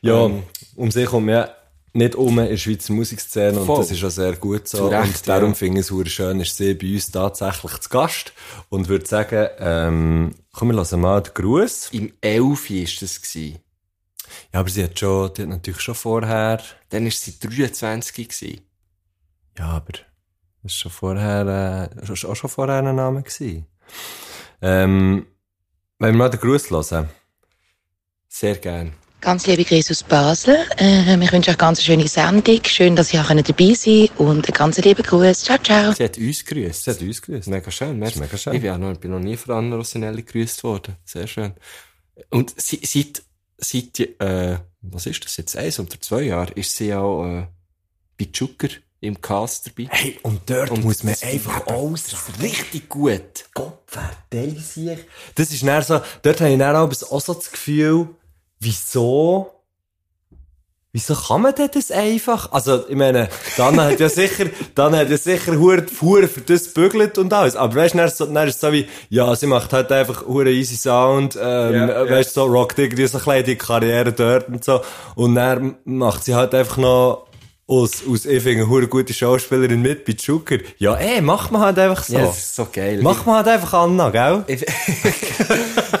Speaker 5: Ja,
Speaker 6: Ähm,
Speaker 5: um sich kommen ja nicht um in der Schweizer Musikszene und
Speaker 6: Voll.
Speaker 5: das ist auch sehr gut so.
Speaker 6: Zu Recht,
Speaker 5: und darum
Speaker 6: ja.
Speaker 5: finde ich es hure schön, ist sie bei uns tatsächlich zu Gast und würde sagen, ähm, komm, wir lassen mal den Gruß.
Speaker 6: Im 11. ist das gewesen.
Speaker 5: Ja, aber sie hat schon, die hat natürlich schon vorher,
Speaker 6: Dann war sie 23 gewesen.
Speaker 5: ja, aber das ist schon vorher, äh, ist auch schon vorher ein Name gewesen. Ähm, wenn wir mal den Gruß hören.
Speaker 6: Sehr gern.
Speaker 1: Ganz liebe Grüße aus Basel. Ähm, ich wünsche euch ganz eine schöne Sendung. Schön, dass ihr auch dabei sein könnt. Und einen ganz lieben Gruß. Ciao, ciao.
Speaker 6: Sie hat uns gegrüßt.
Speaker 5: Sie hat uns grüßt.
Speaker 6: Mega schön, merci.
Speaker 5: mega schön.
Speaker 6: Ich bin, auch noch, bin noch nie von Anna Rossinelli gegrüßt worden. Sehr schön. Und sie, seit, seit, äh, was ist das jetzt, eins oder zwei Jahre, ist sie auch äh, bei Zucker im Cast dabei.
Speaker 5: Hey, und dort
Speaker 6: Und
Speaker 5: muss man
Speaker 6: das-
Speaker 5: einfach ausrasten.
Speaker 6: Richtig gut.
Speaker 5: Gott, verteile sich. Das ist dann so, dort habe ich dann auch so- auch so das Gefühl, wieso, wieso kann man denn das einfach? Also, ich meine, dann hat ja sicher, dann hat ja sicher Huren, Huren für das bügelt und alles. Aber weißt du, dann, ist so, dann ist es so wie, ja, sie macht halt einfach Huren easy Sound, ähm,
Speaker 6: Ja, ja.
Speaker 5: weißt du, so rockt irgendwie so ein bisschen die Karriere dort und so. Und dann macht sie halt einfach noch, aus, aus, ich finde, eine gute Schauspielerin mit bei Joker. Ja, ey, macht man halt einfach so.
Speaker 6: Ja, das ist so geil.
Speaker 5: Mach mal halt einfach Anna, gell?
Speaker 6: Ich-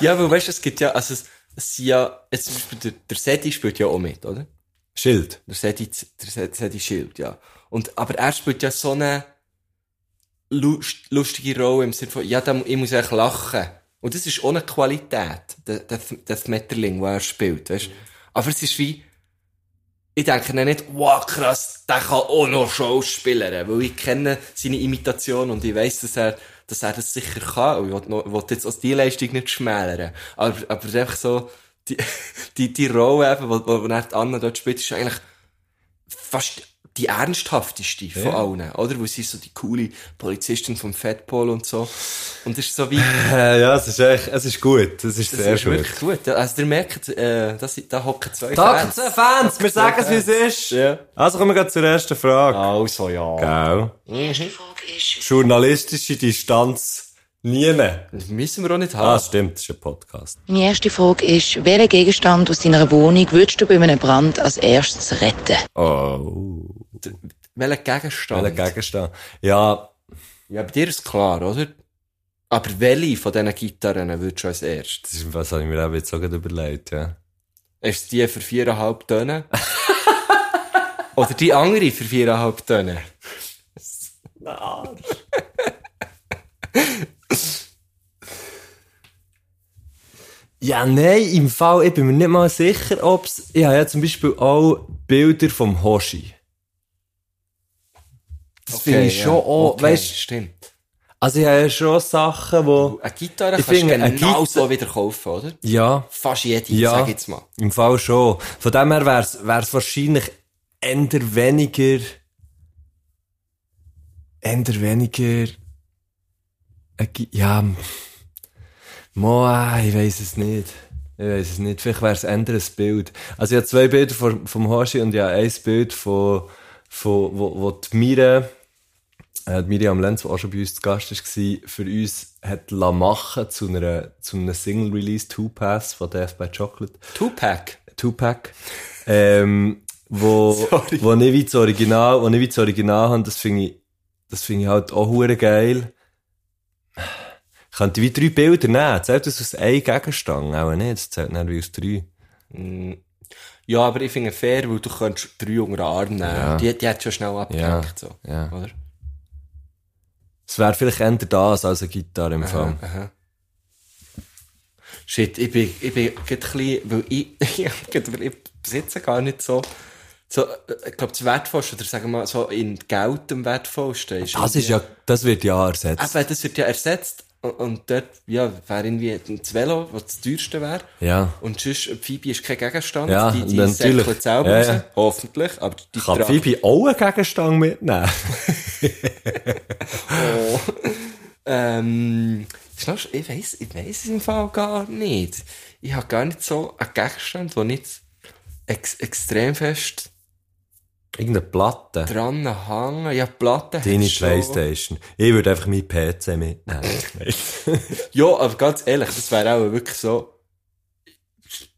Speaker 6: ja, weil weißt du, es gibt ja, also es, es sind ja, jetzt zum Beispiel der, der Sedi spielt ja auch mit, oder?
Speaker 5: Schild.
Speaker 6: Der Sedi, der Sedi, Sedi Schild, ja. Und, aber er spielt ja so eine lust, lustige Rolle im Sinne von, ja, da, mu- ich muss echt lachen. Und das ist ohne Qualität, der, der, der Smetterling, den er spielt, weißt du? Aber es ist wie, ich denke dann nicht, wow, krass, der kann auch noch Schauspieler, weil ich kenne seine Imitation und ich weiss, dass er, dass er das sicher kann und ich will, noch, will jetzt auch die Leistung nicht schmälern. Aber, aber es ist einfach so, die, die, die Rolle eben, wo, wo, wo dann die Anna dort spielt, ist eigentlich fast die ernsthafteste von allen, oder? Weil sie ist so die coole Polizistin vom Fatball und so. Und es ist so wie,
Speaker 5: Äh, ja, es ist echt, es ist gut. Es ist
Speaker 6: das
Speaker 5: sehr
Speaker 6: ist
Speaker 5: gut.
Speaker 6: wirklich gut. ja. Also, ihr merkt, äh, da, sind- da hocken zwei
Speaker 5: Tag zu Fans, wir sagen es, wie es ist.
Speaker 6: Ja.
Speaker 5: Also kommen wir gleich zur ersten Frage.
Speaker 6: Also, ja.
Speaker 5: Gell?
Speaker 1: Die erste
Speaker 6: Mhm.
Speaker 1: Frage ist,
Speaker 5: Journalistische Distanz nie mehr.
Speaker 6: Das müssen wir auch nicht
Speaker 5: Ah,
Speaker 6: haben.
Speaker 5: stimmt, das ist ein Podcast.
Speaker 1: meine erste Frage ist, welchen Gegenstand aus deiner Wohnung würdest du bei einem Brand als erstes retten?
Speaker 5: Oh.
Speaker 6: Welcher Gegenstand?
Speaker 5: Welcher Gegenstand? Ja,
Speaker 6: Ja, bei dir ist klar, oder? Aber welche von diesen Gitarren würdest du als erstes?
Speaker 5: das ist, was habe ich mir auch jetzt auch gerade überlegt, ja.
Speaker 6: Ist es die für viereinhalb Tonnen? Oder die andere für viereinhalb Tonnen?
Speaker 5: Ja, nein, im Fall, ich bin mir nicht mal sicher, ob's. Ich habe ja zum Beispiel auch Bilder vom Hoshi. Das finde ich schon auch,
Speaker 6: okay,
Speaker 5: weißt
Speaker 6: stimmt.
Speaker 5: also ich habe ja schon Sachen, wo,
Speaker 6: Eine Gitarre
Speaker 5: Ich
Speaker 6: kannst du
Speaker 5: finde, eine
Speaker 6: genau
Speaker 5: Gitar-
Speaker 6: so wieder kaufen, oder?
Speaker 5: ja,
Speaker 6: Fast jede,
Speaker 5: Ja.
Speaker 6: sag ich jetzt mal.
Speaker 5: Im Fall schon. Von dem her wär's wär's wahrscheinlich änder weniger. änder weniger. ein Gi- Ja. m- Mo, ah, ich weiß es nicht. Ich weiß es nicht. Vielleicht wär's änder ein Bild. Also ich habe zwei Bilder vom, vom Hoshi und ja ein Bild von, von wo, wo die Mire, äh, die Miriam Lenz, die auch schon bei uns zu Gast war, für uns hat la machen zu einer, zu einem Single-Release Two-Pass von Death by Chocolate.
Speaker 6: Tupac.
Speaker 5: Tupac, ähm, wo,
Speaker 6: Sorry.
Speaker 5: wo nicht wie das Original, wo nicht wie das Original haben, das finde ich, das finde ich halt auch hure geil. Ich könnte wie drei Bilder nehmen. Zählt das aus einem Gegenstand? Auch nicht. Das zählt nicht wie aus drei.
Speaker 6: Ja, aber ich finde fair, weil du könntest drei unter den Arm nehmen. Die, die hat schon schnell abgehängt, so.
Speaker 5: ja.
Speaker 6: Oder?
Speaker 5: Es wäre vielleicht eher das als eine Gitarre im Fall.
Speaker 6: Aha. Shit, ich bin, ich bin grad ein bisschen, weil ich, ich, hab grad- weil ich besitze gar nicht so, so, äh, ich glaube, das Wertvollste, oder sagen wir mal, so in Geld am Wertvollsten ist.
Speaker 5: Das ist ja, das wird ja ersetzt.
Speaker 6: Eben, das wird ja ersetzt, Und, und dort, ja, wäre irgendwie das Velo, was das teuerste wäre.
Speaker 5: Ja.
Speaker 6: Und sonst, die Phoebe ist kein Gegenstand.
Speaker 5: Ja,
Speaker 6: die, die
Speaker 5: natürlich.
Speaker 6: säckeln selber
Speaker 5: Ja,
Speaker 6: raus,
Speaker 5: ja.
Speaker 6: hoffentlich. Aber die
Speaker 5: Kann
Speaker 6: tragen-
Speaker 5: Phoebe auch einen Gegenstand mitnehmen?
Speaker 6: Ähm, schnell, ich weiß, ich weiß es im Fall gar nicht. Ich habe gar nicht so einen Gegenstand, der nicht ex extrem fest
Speaker 5: Irgendeine Platte.
Speaker 6: dran hängt. Ja, Platten
Speaker 5: Deine
Speaker 6: hast du schon.
Speaker 5: Playstation. Ich würde einfach meinen PC mitnehmen.
Speaker 6: Ja, aber ganz ehrlich, das wäre auch wirklich so.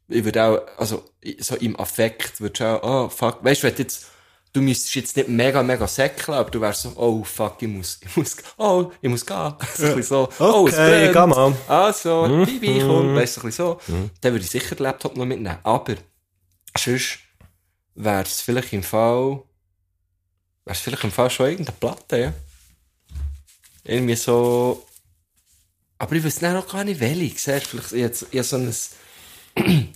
Speaker 6: Ich würde auch, also, so im Affekt würdest du auch, oh fuck, weißt du, wenn du jetzt, du müsstest jetzt nicht mega, mega säckeln, aber du wärst so, oh fuck, ich muss, ich muss, oh, ich muss gehen. So ein bisschen so, oh, es
Speaker 5: Okay,
Speaker 6: brennt.
Speaker 5: come on.
Speaker 6: Also, Bibi, komm, weißt du, so ein bisschen so. Dann würde ich sicher den Laptop noch mitnehmen. Aber, sonst wäre es vielleicht im Fall, wäre es vielleicht im Fall schon irgendeine Platte, ja. Irgendwie so, aber ich weiß dann auch gar nicht, welche. Siehst, vielleicht jetzt ich habe so ein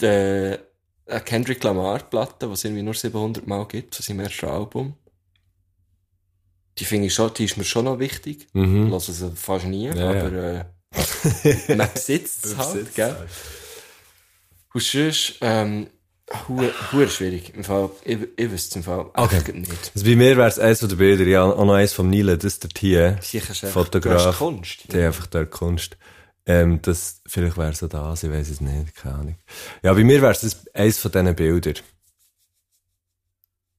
Speaker 6: der eine Kendrick Lamar Platte, die es irgendwie nur 700 Mal gibt von seinem ersten Album. Die finde ich schon, die ist mir schon noch wichtig. Mhm. Lass es fast nie, aber Äh, man besitzt es halt, gell? Und sonst, ähm, hu- hu- schwierig. Im Fall, ich, ich wüsste es im Fall echt nicht.
Speaker 5: Also bei mir wäre es eins von den Bildern, ja, auch noch eins vom Nile, das ist der Tier.
Speaker 6: Sicher schon. Du hast
Speaker 5: Fotograf.
Speaker 6: Kunst.
Speaker 5: Der einfach der Kunst. Ähm, das, vielleicht wäre so das, ich weiß es nicht, keine Ahnung. Ja, bei mir wäre es eins von diesen Bildern.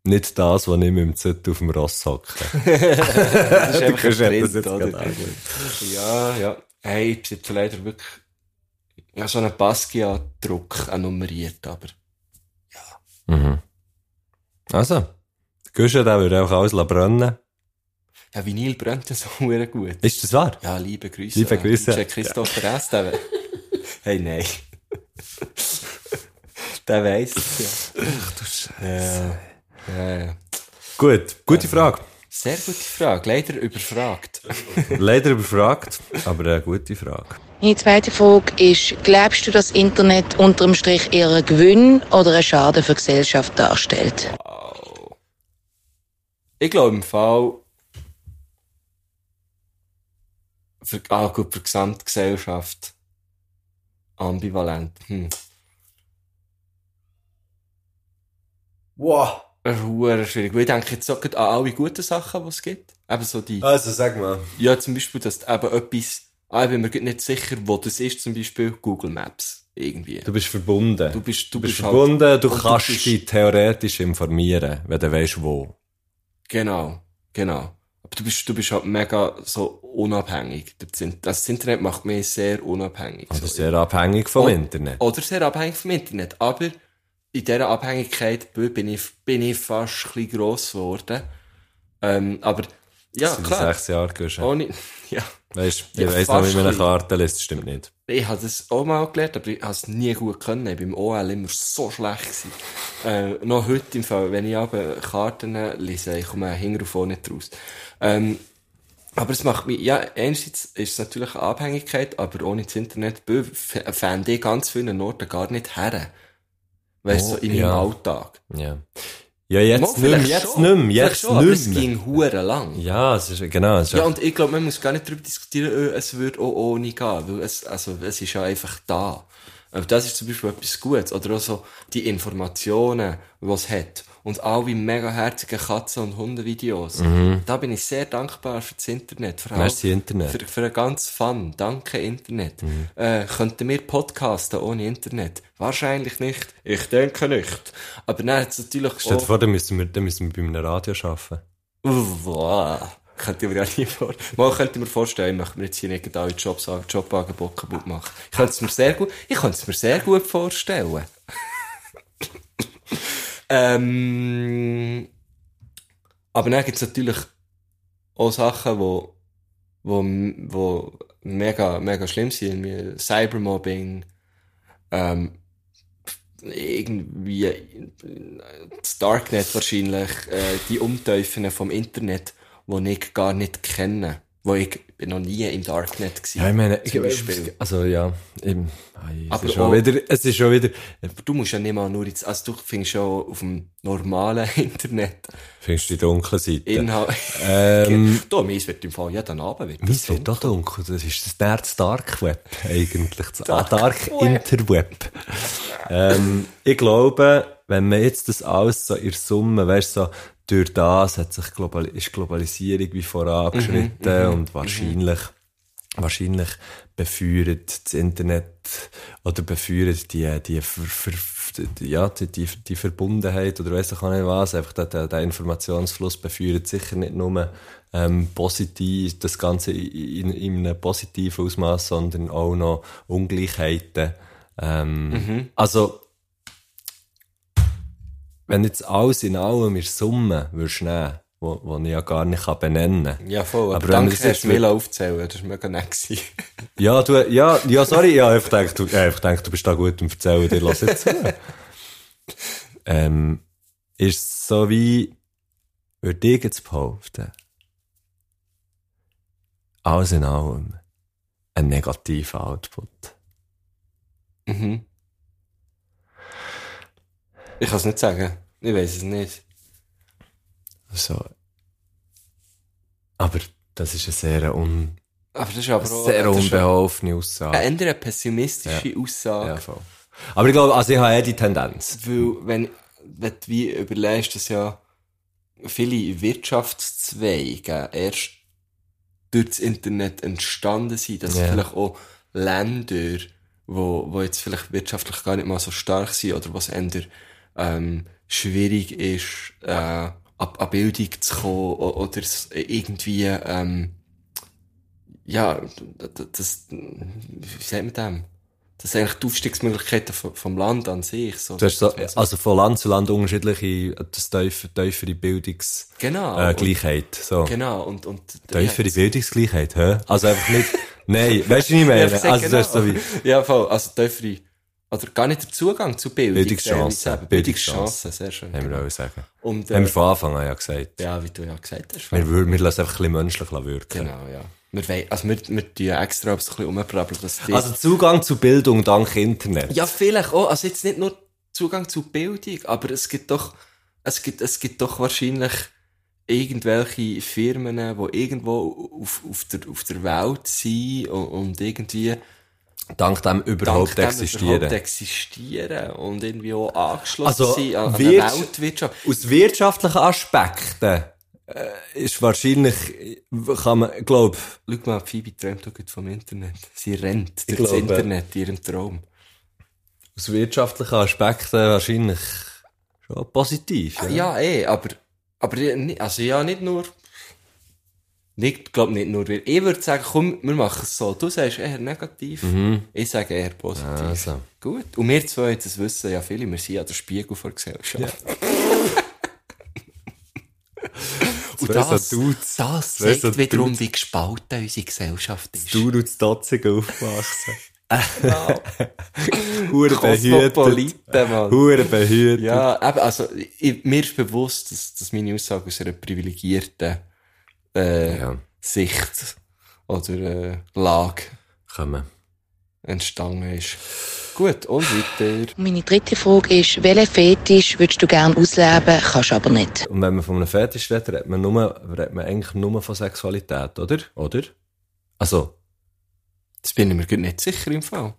Speaker 5: Nicht das, was ich mit dem Zettel auf dem Ross hocke.
Speaker 6: Das ist
Speaker 5: Du
Speaker 6: einfach
Speaker 5: kannst ja
Speaker 6: ein
Speaker 5: das
Speaker 6: Print,
Speaker 5: jetzt
Speaker 6: oder?
Speaker 5: gerade anschauen.
Speaker 6: Ja, ja. Hey, ich besitze leider wirklich ja, so einen Basquiat-Druck, auch nummeriert, aber
Speaker 5: Also, Guschen, der würde einfach alles brennen.
Speaker 6: ja, Vinyl brennt ja so verdammt gut.
Speaker 5: Ist das wahr?
Speaker 6: Ja, eh, liebe Grüße.
Speaker 5: Liebe
Speaker 6: an
Speaker 5: Grüße.
Speaker 6: DJ Christopher S. Der, hey, nein. der weiss es ja. Ach du Scheiße. Ja. Ja, ja.
Speaker 5: Gut, gute Frage.
Speaker 6: Sehr gute Frage. Leider überfragt.
Speaker 5: Leider überfragt, aber eine gute Frage.
Speaker 1: Meine zweite Frage ist, glaubst du, dass Internet unterm Strich eher einen Gewinn oder einen Schaden für die Gesellschaft darstellt?
Speaker 6: Ich glaube im Fall. Für, ah, gut, für die Gesamtgesellschaft. Ambivalent. Hm.
Speaker 5: Wow.
Speaker 6: Das ist verdammt schwierig. Weil Ich denke jetzt so gerade an alle guten Sachen, die es gibt. Eben so die,
Speaker 5: Also, sag mal.
Speaker 6: ja, zum Beispiel, dass du eben etwas, ah, ich bin mir gerade nicht sicher, wo das ist, zum Beispiel Google Maps. Irgendwie.
Speaker 5: Du bist verbunden.
Speaker 6: Du bist, du
Speaker 5: Du bist
Speaker 6: bist halt-
Speaker 5: verbunden, du
Speaker 6: und
Speaker 5: kannst
Speaker 6: bist-
Speaker 5: dich theoretisch informieren, wenn du weißt, wo.
Speaker 6: Genau, genau. Aber du bist, du bist halt mega so unabhängig. Das In- Das Internet macht mich sehr unabhängig.
Speaker 5: Das
Speaker 6: So,
Speaker 5: ist sehr abhängig vom
Speaker 6: O-
Speaker 5: Internet.
Speaker 6: Oder sehr abhängig vom Internet. Aber in dieser Abhängigkeit bin ich, bin ich fast ein bisschen gross geworden. Ähm, aber, ja,
Speaker 5: Das sind
Speaker 6: klar.
Speaker 5: sechs Jahre gehst.
Speaker 6: Ohne, ja.
Speaker 5: Weißt ich
Speaker 6: Ja,
Speaker 5: weiss noch, wie
Speaker 6: fast
Speaker 5: man eine
Speaker 6: ein bisschen.
Speaker 5: Karte liest, das stimmt nicht.
Speaker 6: Ich habe das auch mal gelernt, aber ich habe es nie gut können. Ich war im OL immer so schlecht. Gewesen. Äh, noch heute im Fall, wenn ich aber Karten lese, ich komme hinten und vorne nicht raus. Ähm, aber es macht mich, ja, einerseits ist es natürlich eine Abhängigkeit, aber ohne das Internet bö- f- fände ich ganz vielen Orten gar nicht her. Weißt du,
Speaker 5: Oh,
Speaker 6: so in meinem
Speaker 5: ja.
Speaker 6: Alltag.
Speaker 5: Ja. Ja, jetzt
Speaker 6: Mal,
Speaker 5: nimm,
Speaker 6: vielleicht
Speaker 5: jetzt
Speaker 6: schon.
Speaker 5: nimm,
Speaker 6: Vielleicht
Speaker 5: jetzt
Speaker 6: schon, aber es
Speaker 5: nimm.
Speaker 6: ging huere lang.
Speaker 5: Ja, es ist, genau, es ist
Speaker 6: Ja, und ich glaube, man muss gar nicht darüber diskutieren, oh, es würde auch ohne gehen, weil es, also, es ist ja einfach da. Aber das ist zum Beispiel etwas Gutes. Oder auch so die Informationen, die es hat. Und all wie mega herzigen Katzen- und Hundevideos. Da bin ich sehr dankbar für das Internet. Für
Speaker 5: Mhm. Merci, Internet. Mhm.
Speaker 6: Für, für einen ganz Fun. Danke, Internet. Äh, könnten wir podcasten ohne Internet? Wahrscheinlich nicht. Ich denke nicht. Aber dann hat es natürlich
Speaker 5: Stell dir vor, dann müssen wir, dann müssen wir bei einem Radio arbeiten.
Speaker 6: Wow. Könnte ich mir ja nie vor. Mal könnte ich mir vorstellen, ich möchte mir jetzt hier nicht alle Jobs, Jobangebote kaputt machen. Ich könnte es mir sehr gut, ich könnte es mir sehr gut vorstellen. ähm, aber dann gibt es natürlich auch Sachen, wo, wo, wo mega, mega schlimm sind, wie Cybermobbing, ähm, irgendwie das Darknet wahrscheinlich, äh, die Umtäufen vom Internet, die ich gar nicht kenne. Wo ich, ich bin noch nie im Darknet gewesen.
Speaker 5: Ja, ich meine, ich,
Speaker 6: zum Beispiel.
Speaker 5: also ja, eben, ei, es,
Speaker 6: Aber
Speaker 5: ist schon
Speaker 6: auch-
Speaker 5: wieder, es ist schon wieder,
Speaker 6: Du musst ja nicht mal nur jetzt, also du findest ja auf dem normalen Internet
Speaker 5: findest du die dunkle Seite?
Speaker 6: Inhalt.
Speaker 5: Ähm,
Speaker 6: da, meins wird im Fall jeden Abend wieder.
Speaker 5: Meins wird auch dunkel, das ist das, näher das Dark Web eigentlich, das Dark, Dark Interweb. ähm, ich glaube, wenn man jetzt das alles so in der Summe, weißt so, durch das hat sich Global ist Globalisierung wie vorangeschritten und wahrscheinlich, wahrscheinlich befeuert das Internet oder befeuert die, die, Ver- Ver- die- ja, die, die, die Verbundenheit oder weiss ich auch nicht was, einfach der, der, der Informationsfluss befeuert sicher nicht nur ähm, positiv, das Ganze in, in einem positiven Ausmaß, sondern auch noch Ungleichheiten. Ähm, Also, wenn jetzt alles in allem in Summe würdest nehmen, wo, wo ich ja gar nicht kann benennen kann.
Speaker 6: Ja, voll. Aber,
Speaker 5: Aber wenn
Speaker 6: danke,
Speaker 5: das
Speaker 6: dass
Speaker 5: ist-
Speaker 6: du mir aufzählen lassen. Das war mega nett. gewesen.
Speaker 5: Ja, du, ja, ja, sorry, ja, ich denke, du, ja, ich denke, du bist da gut im Erzählen, dir lass jetzt zu. ähm, ist so wie, würde ich jetzt behaupten, alles in allem ein negativer Output.
Speaker 6: mhm. Ich kann es nicht sagen. Ich weiß es nicht.
Speaker 5: So. Also, Aber das ist eine sehr, un,
Speaker 6: Aber das ist aber auch
Speaker 5: sehr
Speaker 6: Oh, das ist auch
Speaker 5: unbeholfene
Speaker 6: eine
Speaker 5: Aussage.
Speaker 6: andere pessimistische Aussage.
Speaker 5: Ja, voll. Aber ich glaube, also ich habe eh die Tendenz.
Speaker 6: Weil, wenn, wenn du wie überlegst, dass ja viele Wirtschaftszweige erst durch das Internet entstanden sind, dass
Speaker 5: Ja.
Speaker 6: vielleicht auch Länder, wo, wo jetzt vielleicht wirtschaftlich gar nicht mal so stark sind oder was ändert, ähm, schwierig ist, äh, an, an Bildung zu kommen o- oder es irgendwie, ähm, ja, d- d- das, wie sagt man dem? Das sind eigentlich die Aufstiegsmöglichkeiten vom, vom Land an sich. So,
Speaker 5: Du hast so,
Speaker 6: dass man so-
Speaker 5: also von Land zu Land unterschiedliche, das tief, tiefere Bildungs,
Speaker 6: Genau.
Speaker 5: äh,
Speaker 6: und-
Speaker 5: Gleichheit, so.
Speaker 6: Genau, und, und,
Speaker 5: Tiefere Bildungsgleichheit, hä? Also einfach nicht, nein, weißt du, was ich
Speaker 6: Ja,
Speaker 5: meine?
Speaker 6: ich sag
Speaker 5: also das ist so wie,
Speaker 6: genau. Ja, voll. Also tiefere, oder gar nicht der Zugang zu Bildung.
Speaker 5: Bildungschancen.
Speaker 6: sehr wie gesagt.
Speaker 5: Bildungschancen.
Speaker 6: Bildungschancen, sehr schön.
Speaker 5: haben wir auch sagen.
Speaker 6: Und,
Speaker 5: Haben
Speaker 6: äh,
Speaker 5: wir von Anfang an ja gesagt.
Speaker 6: ja, wie du ja gesagt hast.
Speaker 5: Wir, wir, wir lassen einfach ein bisschen menschlich wirken.
Speaker 6: Genau, ja. Wir, wei- also wir, wir tun ja extra so ein bisschen rumbrabbeln, dass die...
Speaker 5: Also Zugang zu Bildung dank Internet.
Speaker 6: ja, vielleicht auch. Also jetzt nicht nur Zugang zu Bildung, aber es gibt doch, es gibt, es gibt doch wahrscheinlich irgendwelche Firmen, die irgendwo auf, auf, der, auf der Welt sind und, und irgendwie...
Speaker 5: Dank dem überhaupt
Speaker 6: dank dem
Speaker 5: existieren.
Speaker 6: überhaupt existieren und irgendwie auch angeschlossen
Speaker 5: Also,
Speaker 6: sind an, an eine
Speaker 5: Wirts-
Speaker 6: Weltwirtschaft.
Speaker 5: Aus wirtschaftlichen Aspekten äh, ist wahrscheinlich, äh, kann man, glaub,
Speaker 6: Schau mal, Phoebe träumt auch gerade vom Internet. Sie rennt durch
Speaker 5: glaube-
Speaker 6: das Internet in ihrem Traum.
Speaker 5: aus wirtschaftlichen Aspekten wahrscheinlich schon positiv. Ja.
Speaker 6: Ja, eh, aber, aber ni- also ja, nicht nur. Ich glaube nicht nur. wir. Ich würde sagen, komm, wir machen es so. Du sagst eher negativ, ich sage eher positiv.
Speaker 5: Also.
Speaker 6: Gut. Und wir zwei, das wissen ja viele, wir sind ja der Spiegel von der Gesellschaft. Und
Speaker 5: Zwei
Speaker 6: das,
Speaker 5: so Dudes.
Speaker 6: das
Speaker 5: Zwei
Speaker 6: zeigt
Speaker 5: so
Speaker 6: wiederum, wie gespalten unsere Gesellschaft ist.
Speaker 5: Du und das Dotzigen aufwachsen. Hure behütet.
Speaker 6: Kosmopoliten, Mann.
Speaker 5: Hure behütet.
Speaker 6: Ja, eben, also ich, mir ist bewusst, dass, dass meine Aussage aus einer privilegierten äh,
Speaker 5: Ja.
Speaker 6: Sicht oder äh, Lage
Speaker 5: Kommen.
Speaker 6: entstanden ist. Gut, und weiter.
Speaker 1: Meine dritte Frage ist, welchen Fetisch würdest du gerne ausleben, kannst aber nicht?
Speaker 5: Und wenn man von einem Fetisch redet, redet man, nur, redet man eigentlich nur von Sexualität, oder? Oder? Also,
Speaker 6: Das bin ich mir grad nicht sicher im Fall.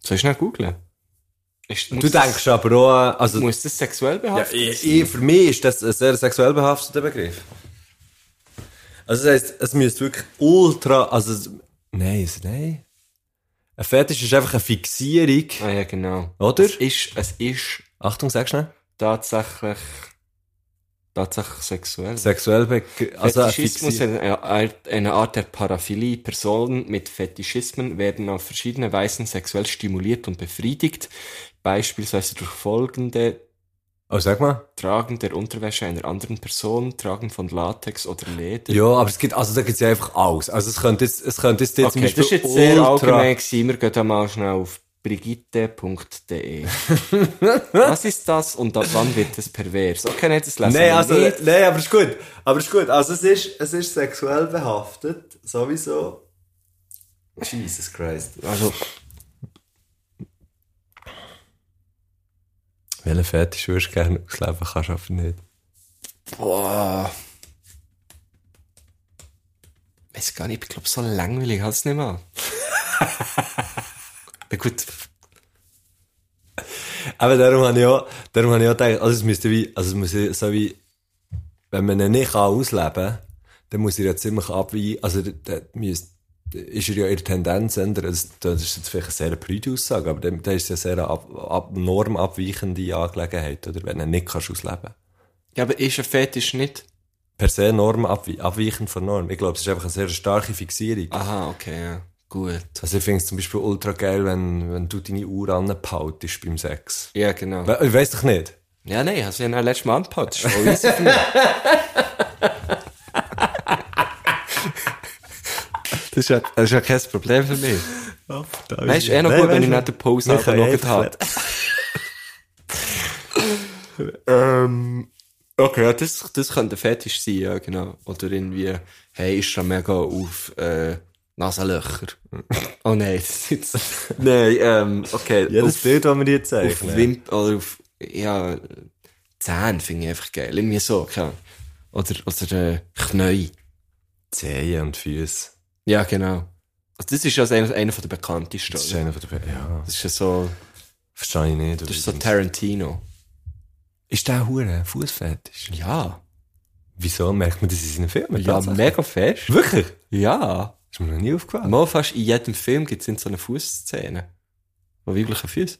Speaker 6: Soll ich schnell googeln? Ist- muss
Speaker 5: du
Speaker 6: das-
Speaker 5: denkst aber auch, an- also,
Speaker 6: Muss das sexuell
Speaker 5: ja,
Speaker 6: behaftet
Speaker 5: ich,
Speaker 6: sein?
Speaker 5: ich, für mich ist das ein sehr sexuell behafteter Begriff. Also, das heisst, es müsste wirklich ultra, also, es- nein, es- nein. Ein Fetisch ist einfach eine Fixierung.
Speaker 6: Ah ja, genau.
Speaker 5: Oder?
Speaker 6: Es ist, es ist
Speaker 5: Achtung, sag schnell.
Speaker 6: tatsächlich, tatsächlich sexuell.
Speaker 5: Sexuell, be- also, eine
Speaker 6: Fetischismus ist
Speaker 5: Fixi-
Speaker 6: eine Art- eine Art der Paraphilie. Personen mit Fetischismen werden auf verschiedene Weisen sexuell stimuliert und befriedigt, beispielsweise durch folgende
Speaker 5: Oh, sag mal.
Speaker 6: Tragen der Unterwäsche einer anderen Person, Tragen von Latex oder Leder.
Speaker 5: Ja, aber es gibt, also da gibt's ja einfach alles. Also es könnte jetzt, es könnte jetzt, jetzt
Speaker 6: okay, das ist jetzt sehr allgemein gewesen. Wir gehen da mal schnell auf brigitte.de. Was ist das und ab wann wird es pervers? Okay, nein, das lesen
Speaker 5: Nein,
Speaker 6: wir
Speaker 5: also,
Speaker 6: nicht.
Speaker 5: nein, aber ist gut. Aber ist gut. Also, es ist, es ist sexuell behaftet, sowieso. Jesus Christ.
Speaker 6: Also,
Speaker 5: Welchen Fetisch würdest du gerne ausleben? Kannst du aber nicht.
Speaker 6: boah. äh, Weiß gar nicht, ich glaube, so langweilig hat es nicht mal. Na gut,
Speaker 5: Aber darum habe ich auch, darum habe ich auch gedacht, also, es müsste wie, also, es muss ja so wie, wenn man ihn nicht kann ausleben kann, dann muss er ja ziemlich abweichen. Also, da- da müsste, ist er ja in der Tendenz ändern. Das, das ist jetzt vielleicht eine sehr prüde Aussage, aber dann, dann ist es ja sehr eine ab, ab, normabweichende Angelegenheit, oder? Wenn er nicht kannst ausleben kann.
Speaker 6: ja, aber ist ein Fetisch nicht?
Speaker 5: per se Norm abwe abweichend von Norm. Ich glaube, es ist einfach eine sehr starke Fixierung.
Speaker 6: Aha, okay, ja. Gut.
Speaker 5: Also ich finde es zum Beispiel ultra geil, wenn, wenn du deine Uhr anpautest beim Sex.
Speaker 6: Ja, genau.
Speaker 5: We ich weiss doch nicht.
Speaker 6: Ja, nein, hast du ja noch letztes Mal angepackt. Das ist voll easy für mich. Das ist, ja, das ist ja kein Problem für mich. Weißt du, eh noch gut, wenn ich nicht den Pause angeschaut habe. Ähm, okay, ja, das, das könnte ein Fetisch sein, ja, genau. Oder irgendwie, hey, ist schon mega auf äh, Nasenlöcher. oh nein, das ist jetzt. Nein, ähm, okay.
Speaker 5: Jedes
Speaker 6: auf-
Speaker 5: Bild, das wir dir zeigen.
Speaker 6: auf Wimp oder auf ja, Zähne finde ich einfach geil. Irgendwie so, keine Ahnung. Oder, oder äh, Knäu.
Speaker 5: Zehen und Füße.
Speaker 6: Ja, genau. Also das ist ja einer, einer der bekanntesten.
Speaker 5: Das ist
Speaker 6: oder?
Speaker 5: einer von den... Be- Ja,
Speaker 6: Das ist ja so,
Speaker 5: verstehe ich nicht.
Speaker 6: das ist so Tarantino.
Speaker 5: ist der Hure Fußfetisch?
Speaker 6: Ja.
Speaker 5: Wieso merkt man das in seinen Filmen?
Speaker 6: Ja,
Speaker 5: Tatsache.
Speaker 6: mega fest.
Speaker 5: Wirklich?
Speaker 6: Ja.
Speaker 5: Ist mir noch nie aufgefallen.
Speaker 6: Mal fast in jedem Film gibt es so eine Fußszene. Wo weibliche Füße.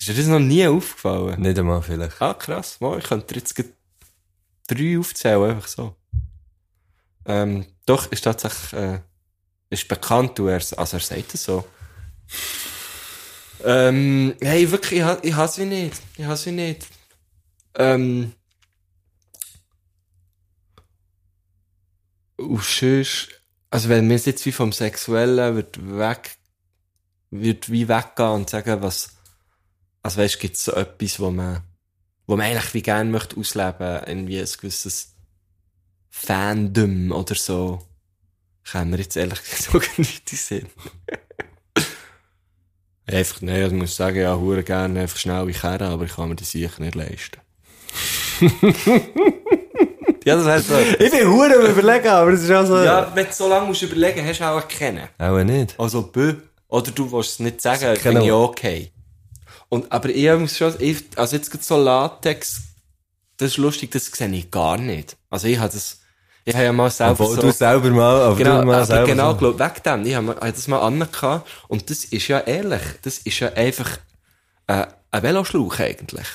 Speaker 6: Ist dir das noch nie aufgefallen?
Speaker 5: Nicht einmal vielleicht.
Speaker 6: Ah, krass. Mal, ich könnte dir jetzt grad drei aufzählen, einfach so. Ähm, doch, ist tatsächlich, äh, ist bekannt, du, er, also er sagt es so. Ähm, hey, wirklich, ich, ha- ich hasse ihn nicht. Ich hasse ihn nicht. Ähm, und sonst, also wenn wir es jetzt wie vom Sexuellen wird weg, wird wie weggehen und sagen, was, also weißt, gibt es so etwas, wo man, wo man eigentlich wie gerne möchte ausleben, irgendwie ein gewisses Fandom oder so, kann mir jetzt ehrlich gesagt auch nicht in den Sinn. einfach, nein, ich muss sagen, ja, hure gerne einfach schnell in Kerne, aber ich kann mir das sicher nicht leisten. ja, das heißt so.
Speaker 5: Ich bin Hure am überlegen, aber es ist auch so...
Speaker 6: Ja, wenn du so lange musst überlegen, hast du auch kennen.
Speaker 5: Auch nicht.
Speaker 6: Also, bö. Oder du willst es nicht sagen,
Speaker 5: kann
Speaker 6: finde ich
Speaker 5: auch-
Speaker 6: okay. Und, aber ich muss schon, ich, also jetzt gibt so Latex, das ist lustig, das sehe ich gar nicht. Also ich habe das, ich habe ja mal selber
Speaker 5: Obwohl
Speaker 6: so,
Speaker 5: du selber mal... Aber
Speaker 6: genau,
Speaker 5: du mal
Speaker 6: aber
Speaker 5: selber
Speaker 6: genau,
Speaker 5: so.
Speaker 6: glaub, wegen dem, ich habe, mal- ich habe das mal angehabt und das ist ja ehrlich, das ist ja einfach, äh, ein Veloschlauch eigentlich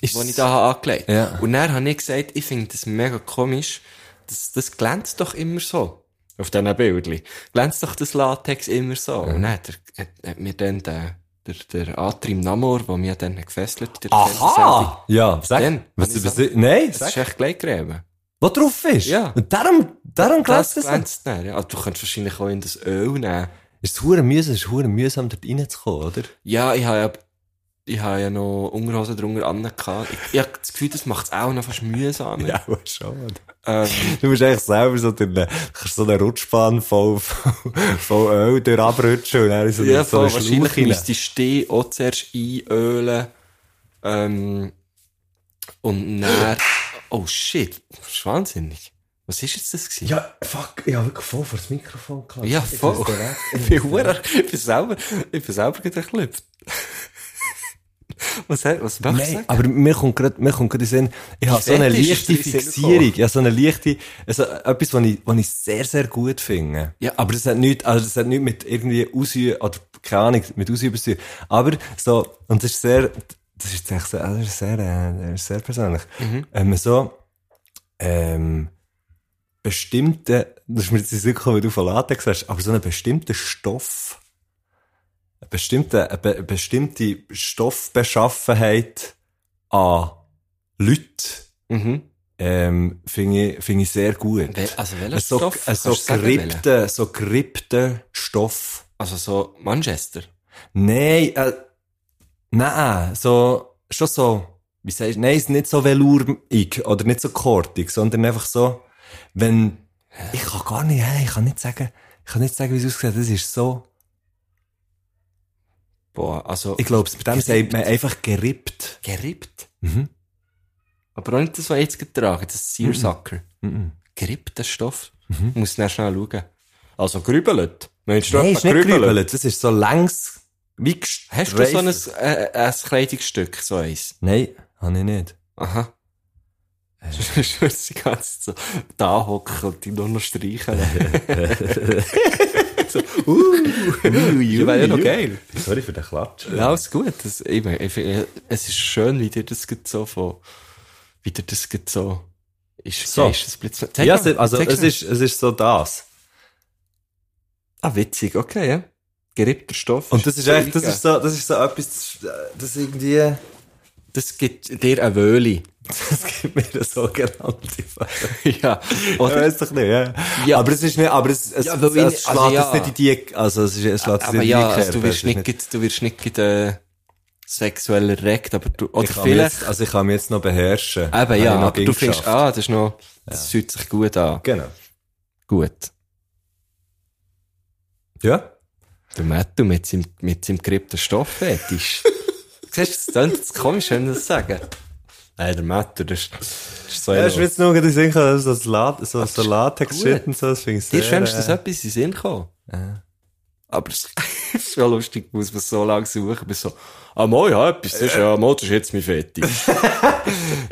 Speaker 5: Ist
Speaker 6: den ich da habe angelegt
Speaker 5: Ja.
Speaker 6: Und dann habe ich gesagt, ich finde das mega komisch. Das, das glänzt doch immer so. Auf diesen Bildern. Glänzt doch das Latex immer so. Und dann hat, er, hat, hat mir dann der, der, der Atrim Namor, der mich dann gefesselt hat, in der Fernsehsendung,
Speaker 5: Aha! Ja, sag.
Speaker 6: Dann,
Speaker 5: was,
Speaker 6: wenn ich
Speaker 5: was,
Speaker 6: sag-
Speaker 5: nein,
Speaker 6: Das ist
Speaker 5: sag.
Speaker 6: echt gleich gräben.
Speaker 5: Was drauf ist?
Speaker 6: Ja.
Speaker 5: Und darum, darum
Speaker 6: Das
Speaker 5: glänzt es. nicht.
Speaker 6: glänzt dann. Ja. Also, du könntest wahrscheinlich auch in das Öl nehmen.
Speaker 5: Ist es hure mühsam, ist es hure mühsam, dort reinzukommen, oder?
Speaker 6: Ja, ich habe ja, ich habe ja noch Unterhosen drunter angehabt. Ich, ich habe das Gefühl, das macht es auch noch fast mühsamer.
Speaker 5: aber schon.
Speaker 6: Ähm,
Speaker 5: Du musst eigentlich selber so den, kannst so eine Rutschbahn voll, voll, voll Öl durch abrutschen und dann in so,
Speaker 6: Ja,
Speaker 5: eine- so
Speaker 6: voll,
Speaker 5: eine
Speaker 6: wahrscheinlich
Speaker 5: Schlauch rein.
Speaker 6: müsstest du dich auch zuerst einölen. Ähm, und dann... Oh shit, das ist wahnsinnig. Was ist jetzt das gewesen?
Speaker 5: Ja, fuck, ich habe wirklich voll vor das Mikrofon gehabt.
Speaker 6: Ja, voll. Ich bin, hure- ich bin selber, ich bin selber gerade erklebt. was, he- was machst du?
Speaker 5: Nein, ah, aber mir kommt gerade, mir kommt gerade in den Sinn, ich habe so eine
Speaker 6: Fetisch
Speaker 5: leichte
Speaker 6: ist dir in den Sinn
Speaker 5: Fixierung, ja, so eine leichte, also etwas, was ich, was ich sehr, sehr gut finde.
Speaker 6: Ja.
Speaker 5: Aber das hat nichts, also das hat nichts mit irgendwie Ausüben, oder keine Ahnung, mit Ausüben zu tun. Aber so, und das ist sehr, das ist echt sehr, also sehr, äh, sehr persönlich.
Speaker 6: Mhm.
Speaker 5: Ähm, so, ähm, bestimmte, das ist mir jetzt nicht gekommen, weil du von Latex hast, aber so einen bestimmten Stoff, eine bestimmte, eine be- bestimmte Stoffbeschaffenheit an Leuten,
Speaker 6: Mhm.
Speaker 5: ähm, finde ich, finde ich sehr gut.
Speaker 6: Wel- also welcher
Speaker 5: Ein so,
Speaker 6: Stoff?
Speaker 5: ein so
Speaker 6: Kannst du sagen,
Speaker 5: gerippter, so gerippter Stoff.
Speaker 6: Also so Manchester.
Speaker 5: Nein, äh, nein, so, schon so, wie sagst du, nein, es ist nicht so velourig oder nicht so kortig, sondern einfach so, wenn, ich kann gar nicht, hey, ich kann nicht sagen, ich kann nicht sagen, wie es aussieht, das ist so,
Speaker 6: Boah, also
Speaker 5: ich glaube, bei dem sagt man einfach gerippt.
Speaker 6: gerippt.
Speaker 5: Mhm.
Speaker 6: Aber auch nicht das, was ich jetzt getragen das ist Seersucker.
Speaker 5: Mhm.
Speaker 6: Gerippter Stoff. Muss dann schnell schauen. Also grübelt. Meinst du,
Speaker 5: Nein, es ist nicht
Speaker 6: gerübelt?
Speaker 5: gerübelt, das ist so längs, wie
Speaker 6: Hast du so ein,
Speaker 5: gestreift.
Speaker 6: äh, ein Kleidungsstück, so eins?
Speaker 5: Nein, habe ich nicht.
Speaker 6: Aha. Ich würde die ganze Zeit so da hocken und die nur noch streichen. so, uh, ui,
Speaker 5: Das wäre ja noch
Speaker 6: geil.
Speaker 5: Sorry für den Klatsch.
Speaker 6: Ja, alles gut. Das, ich meine, ich finde, es ist schön, wie dir das gerade so von, wie dir das gerade so ist.
Speaker 5: So.
Speaker 6: Ist das plötzlich, Zeig
Speaker 5: Ja,
Speaker 6: mal,
Speaker 5: se- also,
Speaker 6: zeig
Speaker 5: es
Speaker 6: mal.
Speaker 5: ist, es ist so das.
Speaker 6: ah, witzig, okay, ja. Gerippter Stoff.
Speaker 5: Und das ist echt, das
Speaker 6: Zeig,
Speaker 5: ist so, das ist so etwas, das- das irgendwie,
Speaker 6: das gibt dir eine Wöhle.
Speaker 5: Das gibt mir eine sogenannte
Speaker 6: ja.
Speaker 5: Ich
Speaker 6: Oder?
Speaker 5: weiß doch nicht, ja.
Speaker 6: Ja.
Speaker 5: Aber es ist nicht, aber es, es,
Speaker 6: Ja,
Speaker 5: es,
Speaker 6: weil ich-
Speaker 5: es schlägt
Speaker 6: also ja.
Speaker 5: es nicht in die, also es, ist, es schlägt es
Speaker 6: Aber
Speaker 5: nicht
Speaker 6: ja,
Speaker 5: in die
Speaker 6: also du
Speaker 5: Kerbe, es
Speaker 6: wirst
Speaker 5: ist
Speaker 6: nicht, grad- du wirst nicht grad, äh, sexuell erregt, aber du, oder
Speaker 5: Ich kann mich
Speaker 6: vielleicht,
Speaker 5: jetzt, also ich kann mich jetzt noch beherrschen. Habe
Speaker 6: eben
Speaker 5: ich
Speaker 6: ja,
Speaker 5: noch
Speaker 6: aber
Speaker 5: Ding
Speaker 6: du findest,
Speaker 5: geschafft.
Speaker 6: ah, das ist noch, das fühlt sich gut an.
Speaker 5: Genau.
Speaker 6: Gut.
Speaker 5: Ja.
Speaker 6: Der Mattu mit seinem, mit seinem gerippten Stofffetisch. Siehst du, das klingt jetzt komisch, wenn ich das sage. Nein, der Mattu, das ist, das ist so
Speaker 5: Ja, ich
Speaker 6: ein...
Speaker 5: jetzt nur gerade gesehen, so Salat, so
Speaker 6: ist
Speaker 5: Salattext-Shit
Speaker 6: gut.
Speaker 5: und so, das finde ich
Speaker 6: Dir
Speaker 5: sehr...
Speaker 6: ist wenigstens
Speaker 5: äh,
Speaker 6: etwas in den Sinn gekommen. Aber es ist schon lustig, muss man so lange suchen, bis so, ah, moi, ja, etwas, das ist, ja, moi, das ist jetzt mein Fetisch.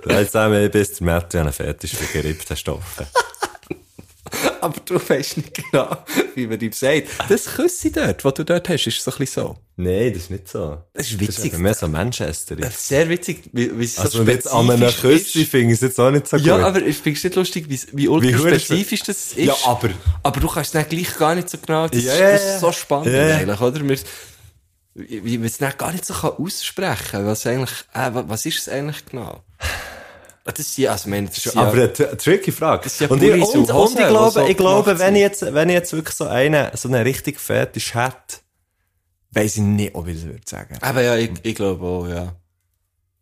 Speaker 5: Weil zusammen bist der Matthew an Fetisch für geriebte Stoffe.
Speaker 6: Aber du weißt nicht genau, wie man ihm sagt. Das Küsse dort, was du dort hast, ist so ein bisschen so.
Speaker 5: Nein, das ist nicht so.
Speaker 6: Das ist
Speaker 5: Das ist
Speaker 6: witzig.
Speaker 5: eben mehr so Manchester.
Speaker 6: Sehr witzig, wie, wie es so
Speaker 5: Also wenn jetzt an einem
Speaker 6: spezifisch
Speaker 5: Küssi
Speaker 6: ist.
Speaker 5: finde ich es jetzt auch nicht so gut.
Speaker 6: Ja, aber ich finde es nicht lustig, wie, wie ultra
Speaker 5: Wie hure
Speaker 6: spezifisch das ist.
Speaker 5: Ja, aber-
Speaker 6: Aber du kannst es dann gleich gar nicht so genau... Das,
Speaker 5: Ja,
Speaker 6: ist,
Speaker 5: ja,
Speaker 6: das
Speaker 5: ja.
Speaker 6: ist so spannend
Speaker 5: Ja.
Speaker 6: eigentlich, oder? Wir, wie wie man es dann gar nicht so kann aussprechen kann. Was, eigentlich, äh, wa- was ist es eigentlich genau? Ah, Das ist ja... Also, ich meine, das ist ja...
Speaker 5: Aber eine t- tricky Frage.
Speaker 6: Das ist ja
Speaker 5: und, ich,
Speaker 6: Pullis
Speaker 5: und,
Speaker 6: und
Speaker 5: und
Speaker 6: Hosen,
Speaker 5: ich
Speaker 6: die so
Speaker 5: glaube, ich glaube
Speaker 6: gemacht
Speaker 5: wenn,
Speaker 6: sind.
Speaker 5: ich jetzt, wenn ich jetzt wirklich so einen, so einen richtig Fetisch hätte, weiss ich nicht, ob ich das würde sagen.
Speaker 6: Aber ja, ich, ich glaube auch, ja.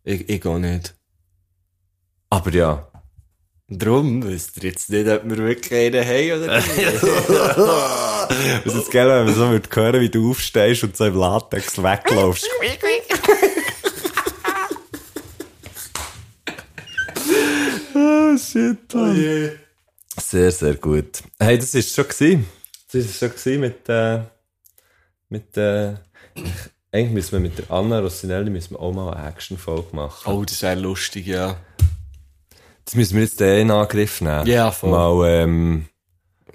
Speaker 6: Ich, ich auch nicht.
Speaker 5: Aber ja.
Speaker 6: Drum wisst ihr jetzt nicht, ob wir wirklich einen haben oder nicht.
Speaker 5: Es ist geil, wenn man so würde hören, wie du aufstehst und so im Latex wegläufst. Ah, shit, Mann. Sehr, sehr gut. Hey, das ist schon gewesen. Das ist schon gewesen mit, äh, mit, äh, eigentlich müssen wir mit der Anna Rossinelli müssen wir auch mal eine Action-Folge machen.
Speaker 6: Oh, das wäre lustig, ja.
Speaker 5: Das müssen wir jetzt den in Angriff nehmen.
Speaker 6: Ja, voll.
Speaker 5: Mal, ähm,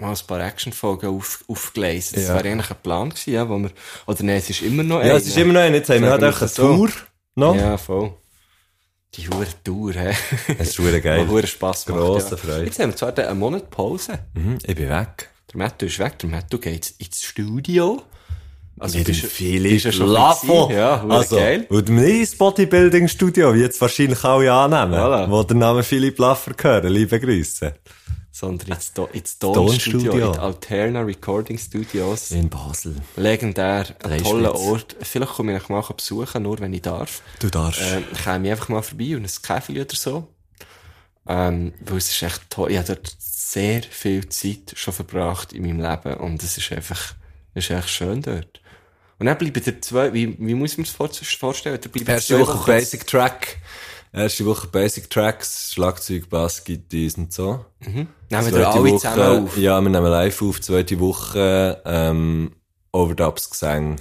Speaker 6: Mal ein paar Actionfolgen auf, aufgelesen. Das
Speaker 5: Ja.
Speaker 6: wäre eigentlich ein Plan gewesen, ja, wo wir, oder nein, es ist immer noch
Speaker 5: ja, es ist immer noch, ein, jetzt haben wir halt
Speaker 6: Sagen wir
Speaker 5: auch eine
Speaker 6: es so.
Speaker 5: Tour noch.
Speaker 6: Ja, voll. Die hure Tour, hä?
Speaker 5: Das ist verdammt
Speaker 6: Die
Speaker 5: geil.
Speaker 6: hure Spass macht,
Speaker 5: Grosse
Speaker 6: ja.
Speaker 5: Freude.
Speaker 6: Jetzt haben wir zwar dann einen Monat Pause.
Speaker 5: Mhm, ich bin weg.
Speaker 6: Der Matthew ist weg, der Matthew geht ins Studio. Also,
Speaker 5: Mit dem
Speaker 6: bist- bist ja
Speaker 5: Philipp
Speaker 6: schon
Speaker 5: Lafo.
Speaker 6: gewesen. Ja, hure
Speaker 5: also,
Speaker 6: geil.
Speaker 5: Und mein Bodybuilding-Studio, wie jetzt wahrscheinlich alle annehmen,
Speaker 6: Voilà.
Speaker 5: wo der Name Philipp Laffer gehört. Liebe Grüße.
Speaker 6: sondern ins, Do ins
Speaker 5: Tonstudio.
Speaker 6: Tonstudio, in Alterna Recording Studios.
Speaker 5: In Basel.
Speaker 6: Legendär, ein
Speaker 5: Dreispitz.
Speaker 6: toller Ort. Vielleicht komme ich euch mal besuchen, nur wenn ich darf.
Speaker 5: Du darfst.
Speaker 6: Ähm, ich käme einfach mal vorbei und ein Käffchen oder so. Ähm, weil es ist echt toll. Ich habe dort sehr viel Zeit schon verbracht in meinem Leben und es ist einfach, es ist echt schön dort. Und dann bleiben ihr zwei, wie, wie muss ich mir das vor- vorstellen? Da bleiben
Speaker 5: Erste Woche Basic Track. Erste Woche Basic Tracks, Schlagzeug, Bass, Gitarre und so.
Speaker 6: Nehmen wir
Speaker 5: Zweite
Speaker 6: alle
Speaker 5: Woche-
Speaker 6: zusammen auf.
Speaker 5: Ja, wir nehmen live auf. Zweite Woche ähm, Overdubs Gesang.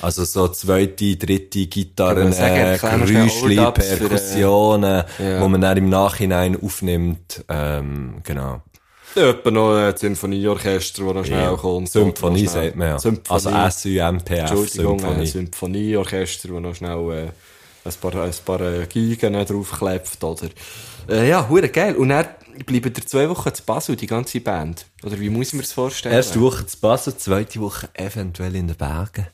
Speaker 5: Also so zweite, dritte
Speaker 6: Kann
Speaker 5: Gitarren,
Speaker 6: man sagen,
Speaker 5: äh,
Speaker 6: erklär mal schnell
Speaker 5: Geräuschli,
Speaker 6: Overdubs für, äh,
Speaker 5: Perkussionen,
Speaker 6: ja.
Speaker 5: wo man dann im Nachhinein aufnimmt. Ähm, genau.
Speaker 6: Etwa noch ein Symphonieorchester, das noch
Speaker 5: Ja. Symphonie sagt man ja. Also S-U-M-P-F,
Speaker 6: Entschuldigung, ein
Speaker 5: Symphonie.
Speaker 6: Symphonieorchester, wo noch schnell äh, ein paar, ein paar äh, Geigen draufklebt, oder? Äh, ja, hure geil. Und dann bleiben ihr zwei Wochen zu Basel, die ganze Band. Oder wie muss ich mir das vorstellen?
Speaker 5: Erste Woche zu Basel, zweite Woche eventuell in den Bergen.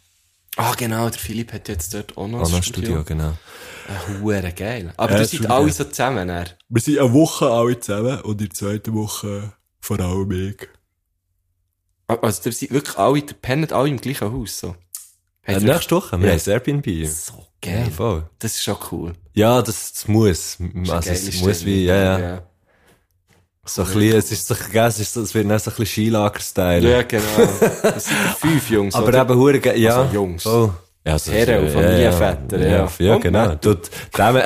Speaker 6: Ah, genau, der Philipp hat jetzt dort auch noch
Speaker 5: Auch noch Studio, genau.
Speaker 6: Äh, hure geil. Aber
Speaker 5: Äh,
Speaker 6: ihr seid
Speaker 5: Studio.
Speaker 6: alle so zusammen, dann.
Speaker 5: Wir sind eine Woche alle zusammen und in der zweiten Woche vor allem ich.
Speaker 6: Ah, also, da sind wirklich alle, da pennen alle im gleichen Haus, so.
Speaker 5: Äh,
Speaker 6: Hat wirklich-
Speaker 5: nächste Woche, wir
Speaker 6: Ja.
Speaker 5: haben ein Airbnb.
Speaker 6: So
Speaker 5: Ja,
Speaker 6: geil.
Speaker 5: voll.
Speaker 6: Das ist schon cool.
Speaker 5: Ja, das, das muss.
Speaker 6: Das
Speaker 5: Also,
Speaker 6: ist eine
Speaker 5: es
Speaker 6: geile
Speaker 5: muss
Speaker 6: Stimmung.
Speaker 5: wie, ja, ja. So ein bisschen, es ist so, gell, es ist so, es wird dann so ein bisschen Skilager-Style.
Speaker 6: Ja, genau. Das sind fünf Jungs.
Speaker 5: Aber
Speaker 6: oder?
Speaker 5: eben, hure ge- ja.
Speaker 6: Also, Jungs.
Speaker 5: Oh. Ja, so,
Speaker 6: Herren und
Speaker 5: Ja,
Speaker 6: Familienväter, ja.
Speaker 5: ja, ja
Speaker 6: Und
Speaker 5: genau.
Speaker 6: Väter.
Speaker 5: Dort, dem,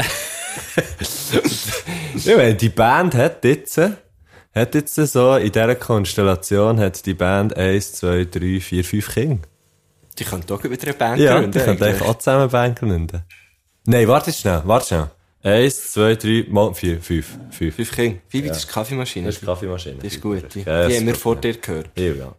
Speaker 5: ja, wenn die Band hat jetzt, hat jetzt so, in dieser Konstellation hat die Band 1, 2, 3, 4, 5 Kinder.
Speaker 6: Die können doch wieder eine Band
Speaker 5: Ja,
Speaker 6: gründen,
Speaker 5: die können eigentlich
Speaker 6: eigentlich.
Speaker 5: auch zusammen eine Band gründen. Nein, warte schnell, warte schnell. 1, 2, 3, mal 4, 5, 5.
Speaker 6: Fünf Kinder. Wie weit ist die Kaffeemaschine?
Speaker 5: Das ist die Kaffeemaschine.
Speaker 6: Das ist gut. Die,
Speaker 5: Ja,
Speaker 6: die
Speaker 5: das
Speaker 6: haben wir
Speaker 5: ist
Speaker 6: vor
Speaker 5: gut.
Speaker 6: dir gehört.
Speaker 5: Ja, ja.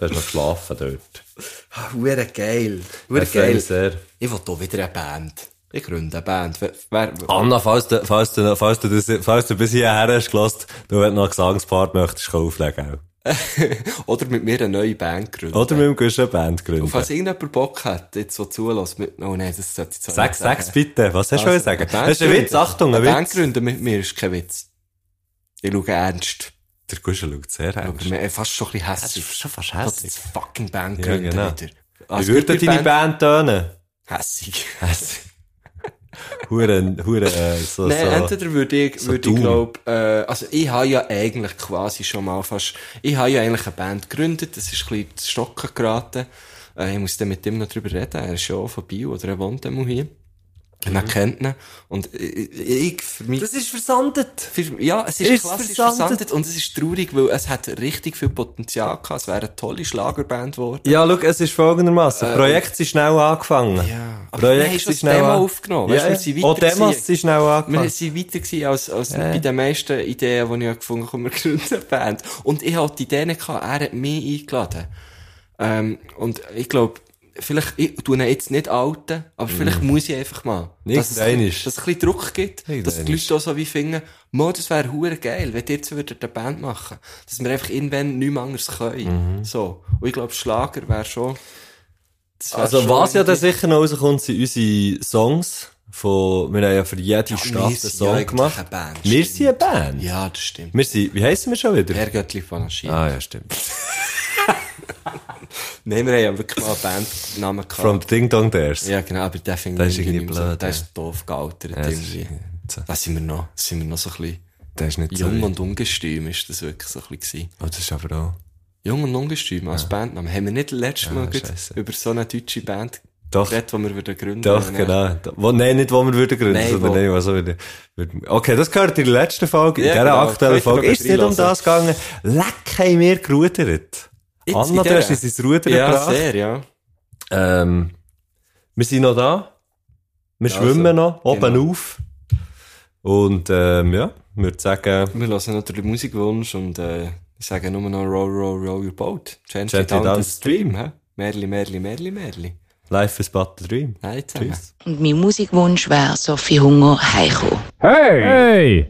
Speaker 5: Du hast noch geschlafen dort.
Speaker 6: Hure geil.
Speaker 5: Ja,
Speaker 6: Hure
Speaker 5: freue
Speaker 6: geil.
Speaker 5: mich sehr.
Speaker 6: Ich will hier wieder eine Band. Ich gründe eine Band. Wer, wer,
Speaker 5: Anna, falls du, falls du, falls du, das, falls du bis hierher hast gelassen, du wenn du noch einen Gesangspart möchtest, kann auflegen.
Speaker 6: Oder mit mir eine neue Band gründen.
Speaker 5: auch. Oder mit dem Guschen eine Band gründen.
Speaker 6: Und falls irgendjemand Bock hat, jetzt so zulässt, mit, oh nein, das sollte ich jetzt auch
Speaker 5: Sag,
Speaker 6: nicht
Speaker 5: sag's bitte. Was hast du
Speaker 6: Also,
Speaker 5: also, sagen?
Speaker 6: eine
Speaker 5: Das ist ein
Speaker 6: Band
Speaker 5: Witz, Achtung, ein
Speaker 6: Eine Band
Speaker 5: Witz.
Speaker 6: gründen mit mir ist kein Witz. Ich schaue ernst.
Speaker 5: Der Guschen schaut sehr
Speaker 6: Aber
Speaker 5: ernst.
Speaker 6: mir- äh, fast schon ein bisschen hässlich.
Speaker 5: schon fast
Speaker 6: Ich will jetzt fucking Band
Speaker 5: Ja,
Speaker 6: gründen
Speaker 5: genau.
Speaker 6: wieder. Also,
Speaker 5: Wie würde deine Band tönen?
Speaker 6: Hässig.
Speaker 5: Huren, Huren, äh, so,
Speaker 6: Nein,
Speaker 5: so.
Speaker 6: entweder würde ich,
Speaker 5: so
Speaker 6: würde ich
Speaker 5: dumm.
Speaker 6: glaube, äh, also ich habe ja eigentlich quasi schon mal fast, ich habe ja eigentlich eine Band gegründet, das ist ein bisschen ins Stocken geraten. Äh, ich muss dann mit ihm noch drüber reden, er ist ja auch von Bio oder er wohnt immer hier. Und
Speaker 5: Mhm.
Speaker 6: er kennt ihn. Und ich, ich für mich...
Speaker 5: ist versandet.
Speaker 6: Für- Ja, es ist,
Speaker 5: Ist
Speaker 6: klassisch versandet.
Speaker 5: versandet.
Speaker 6: und es ist traurig, weil es hat richtig viel Potenzial gehabt. Es wäre eine tolle Schlagerband geworden.
Speaker 5: Ja, schau, es ist folgendermaßen. Projekte sind schnell angefangen.
Speaker 6: Äh, Ja. Aber wir haben
Speaker 5: Projekte
Speaker 6: schon
Speaker 5: sind
Speaker 6: das
Speaker 5: schnell
Speaker 6: Demo
Speaker 5: an-
Speaker 6: aufgenommen. Weißt du, wir sind
Speaker 5: Auch
Speaker 6: weiter
Speaker 5: Demos
Speaker 6: gewesen.
Speaker 5: sind schnell angefangen.
Speaker 6: Wir sind weiter gewesen als, als bei den meisten Ideen, die ich habe gefunden habe, wir gründen eine Band. Und ich hatte die Ideen, gehabt, er hat mich eingeladen. Ähm, und ich glaube, vielleicht, ich tue ihn jetzt nicht alten, aber vielleicht muss ich einfach mal.
Speaker 5: Mhm. Nicht
Speaker 6: dass, es,
Speaker 5: einmal.
Speaker 6: dass es ein bisschen Druck gibt,
Speaker 5: Nicht
Speaker 6: dass die
Speaker 5: einmal.
Speaker 6: Leute auch so wie finden, «Mo, das wäre hure geil, wenn ihr jetzt würdet eine Band machen Dass wir einfach irgendwann nichts anderes
Speaker 5: Mhm.
Speaker 6: können. So. Und ich glaube, Schlager wäre schon... das wär
Speaker 5: Also,
Speaker 6: schon
Speaker 5: was ja dann
Speaker 6: irgendwie-
Speaker 5: sicher noch rauskommt, sind unsere Songs. Von, wir haben ja für jede Staffel einen
Speaker 6: wir sind ja
Speaker 5: Song
Speaker 6: eigentlich
Speaker 5: gemacht.
Speaker 6: eine Band,
Speaker 5: wir
Speaker 6: stimmt.
Speaker 5: sind eine Band.
Speaker 6: Ja, das stimmt.
Speaker 5: Wir sind, wie heissen wir schon wieder?
Speaker 6: Herr Göttli von Aschin.
Speaker 5: Ah, ja, stimmt.
Speaker 6: Nein, wir haben ja wirklich mal einen Bandnamen gehabt.
Speaker 5: From the Ding Dong Dares.
Speaker 6: ja, genau, aber der finde
Speaker 5: Der
Speaker 6: ich
Speaker 5: ist irgendwie
Speaker 6: nicht mehr so-
Speaker 5: blöd,
Speaker 6: Der
Speaker 5: ja.
Speaker 6: ist doof gealtert
Speaker 5: das ist
Speaker 6: irgendwie. Da sind wir noch, sind wir noch so ein bisschen
Speaker 5: Der ist nicht so.
Speaker 6: jung
Speaker 5: Oh,
Speaker 6: und ungestüm, ist das wirklich so ein bisschen gewesen.
Speaker 5: das ist aber auch.
Speaker 6: Jung und ungestüm als Bandname. Haben wir nicht letztes Mal gut
Speaker 5: scheisse.
Speaker 6: über so eine deutsche Band
Speaker 5: Doch.
Speaker 6: geredet, die wir würden gründen
Speaker 5: Doch,
Speaker 6: würden?
Speaker 5: genau. Da- Wo, nein, nicht, wo wir würden gründen,
Speaker 6: Nein,
Speaker 5: sondern
Speaker 6: wo-
Speaker 5: nein, was wir würden. würden- Okay, das gehört in der letzten Folge. In
Speaker 6: Ja,
Speaker 5: dieser
Speaker 6: genau.
Speaker 5: aktuellen
Speaker 6: Könnt ihr
Speaker 5: Folge
Speaker 6: noch
Speaker 5: ist es nicht um
Speaker 6: reinhören.
Speaker 5: das gegangen. Leck haben wir gerudert.
Speaker 6: Jetzt
Speaker 5: Anna,
Speaker 6: in
Speaker 5: du hast
Speaker 6: dieser-
Speaker 5: uns ins Rudern
Speaker 6: Ja,
Speaker 5: gebracht.
Speaker 6: sehr, ja.
Speaker 5: Ähm, wir sind noch da. Wir
Speaker 6: Also,
Speaker 5: schwimmen noch, oben
Speaker 6: genau.
Speaker 5: auf. Und ähm, ja, ich würde sagen,
Speaker 6: Wir hören noch den Musikwunsch und äh, ich sage nur noch Row, Row, Row Your Boat. Change,
Speaker 5: Change
Speaker 6: the
Speaker 5: it down
Speaker 6: down the
Speaker 5: the stream.
Speaker 6: stream. hä? Merli, Merli, Merli, Merli.
Speaker 5: Life is but a dream.
Speaker 6: Nein, zusammen.
Speaker 5: Tschüss.
Speaker 1: Und mein Musikwunsch wäre Sophie Hunger heiko.
Speaker 2: Hey!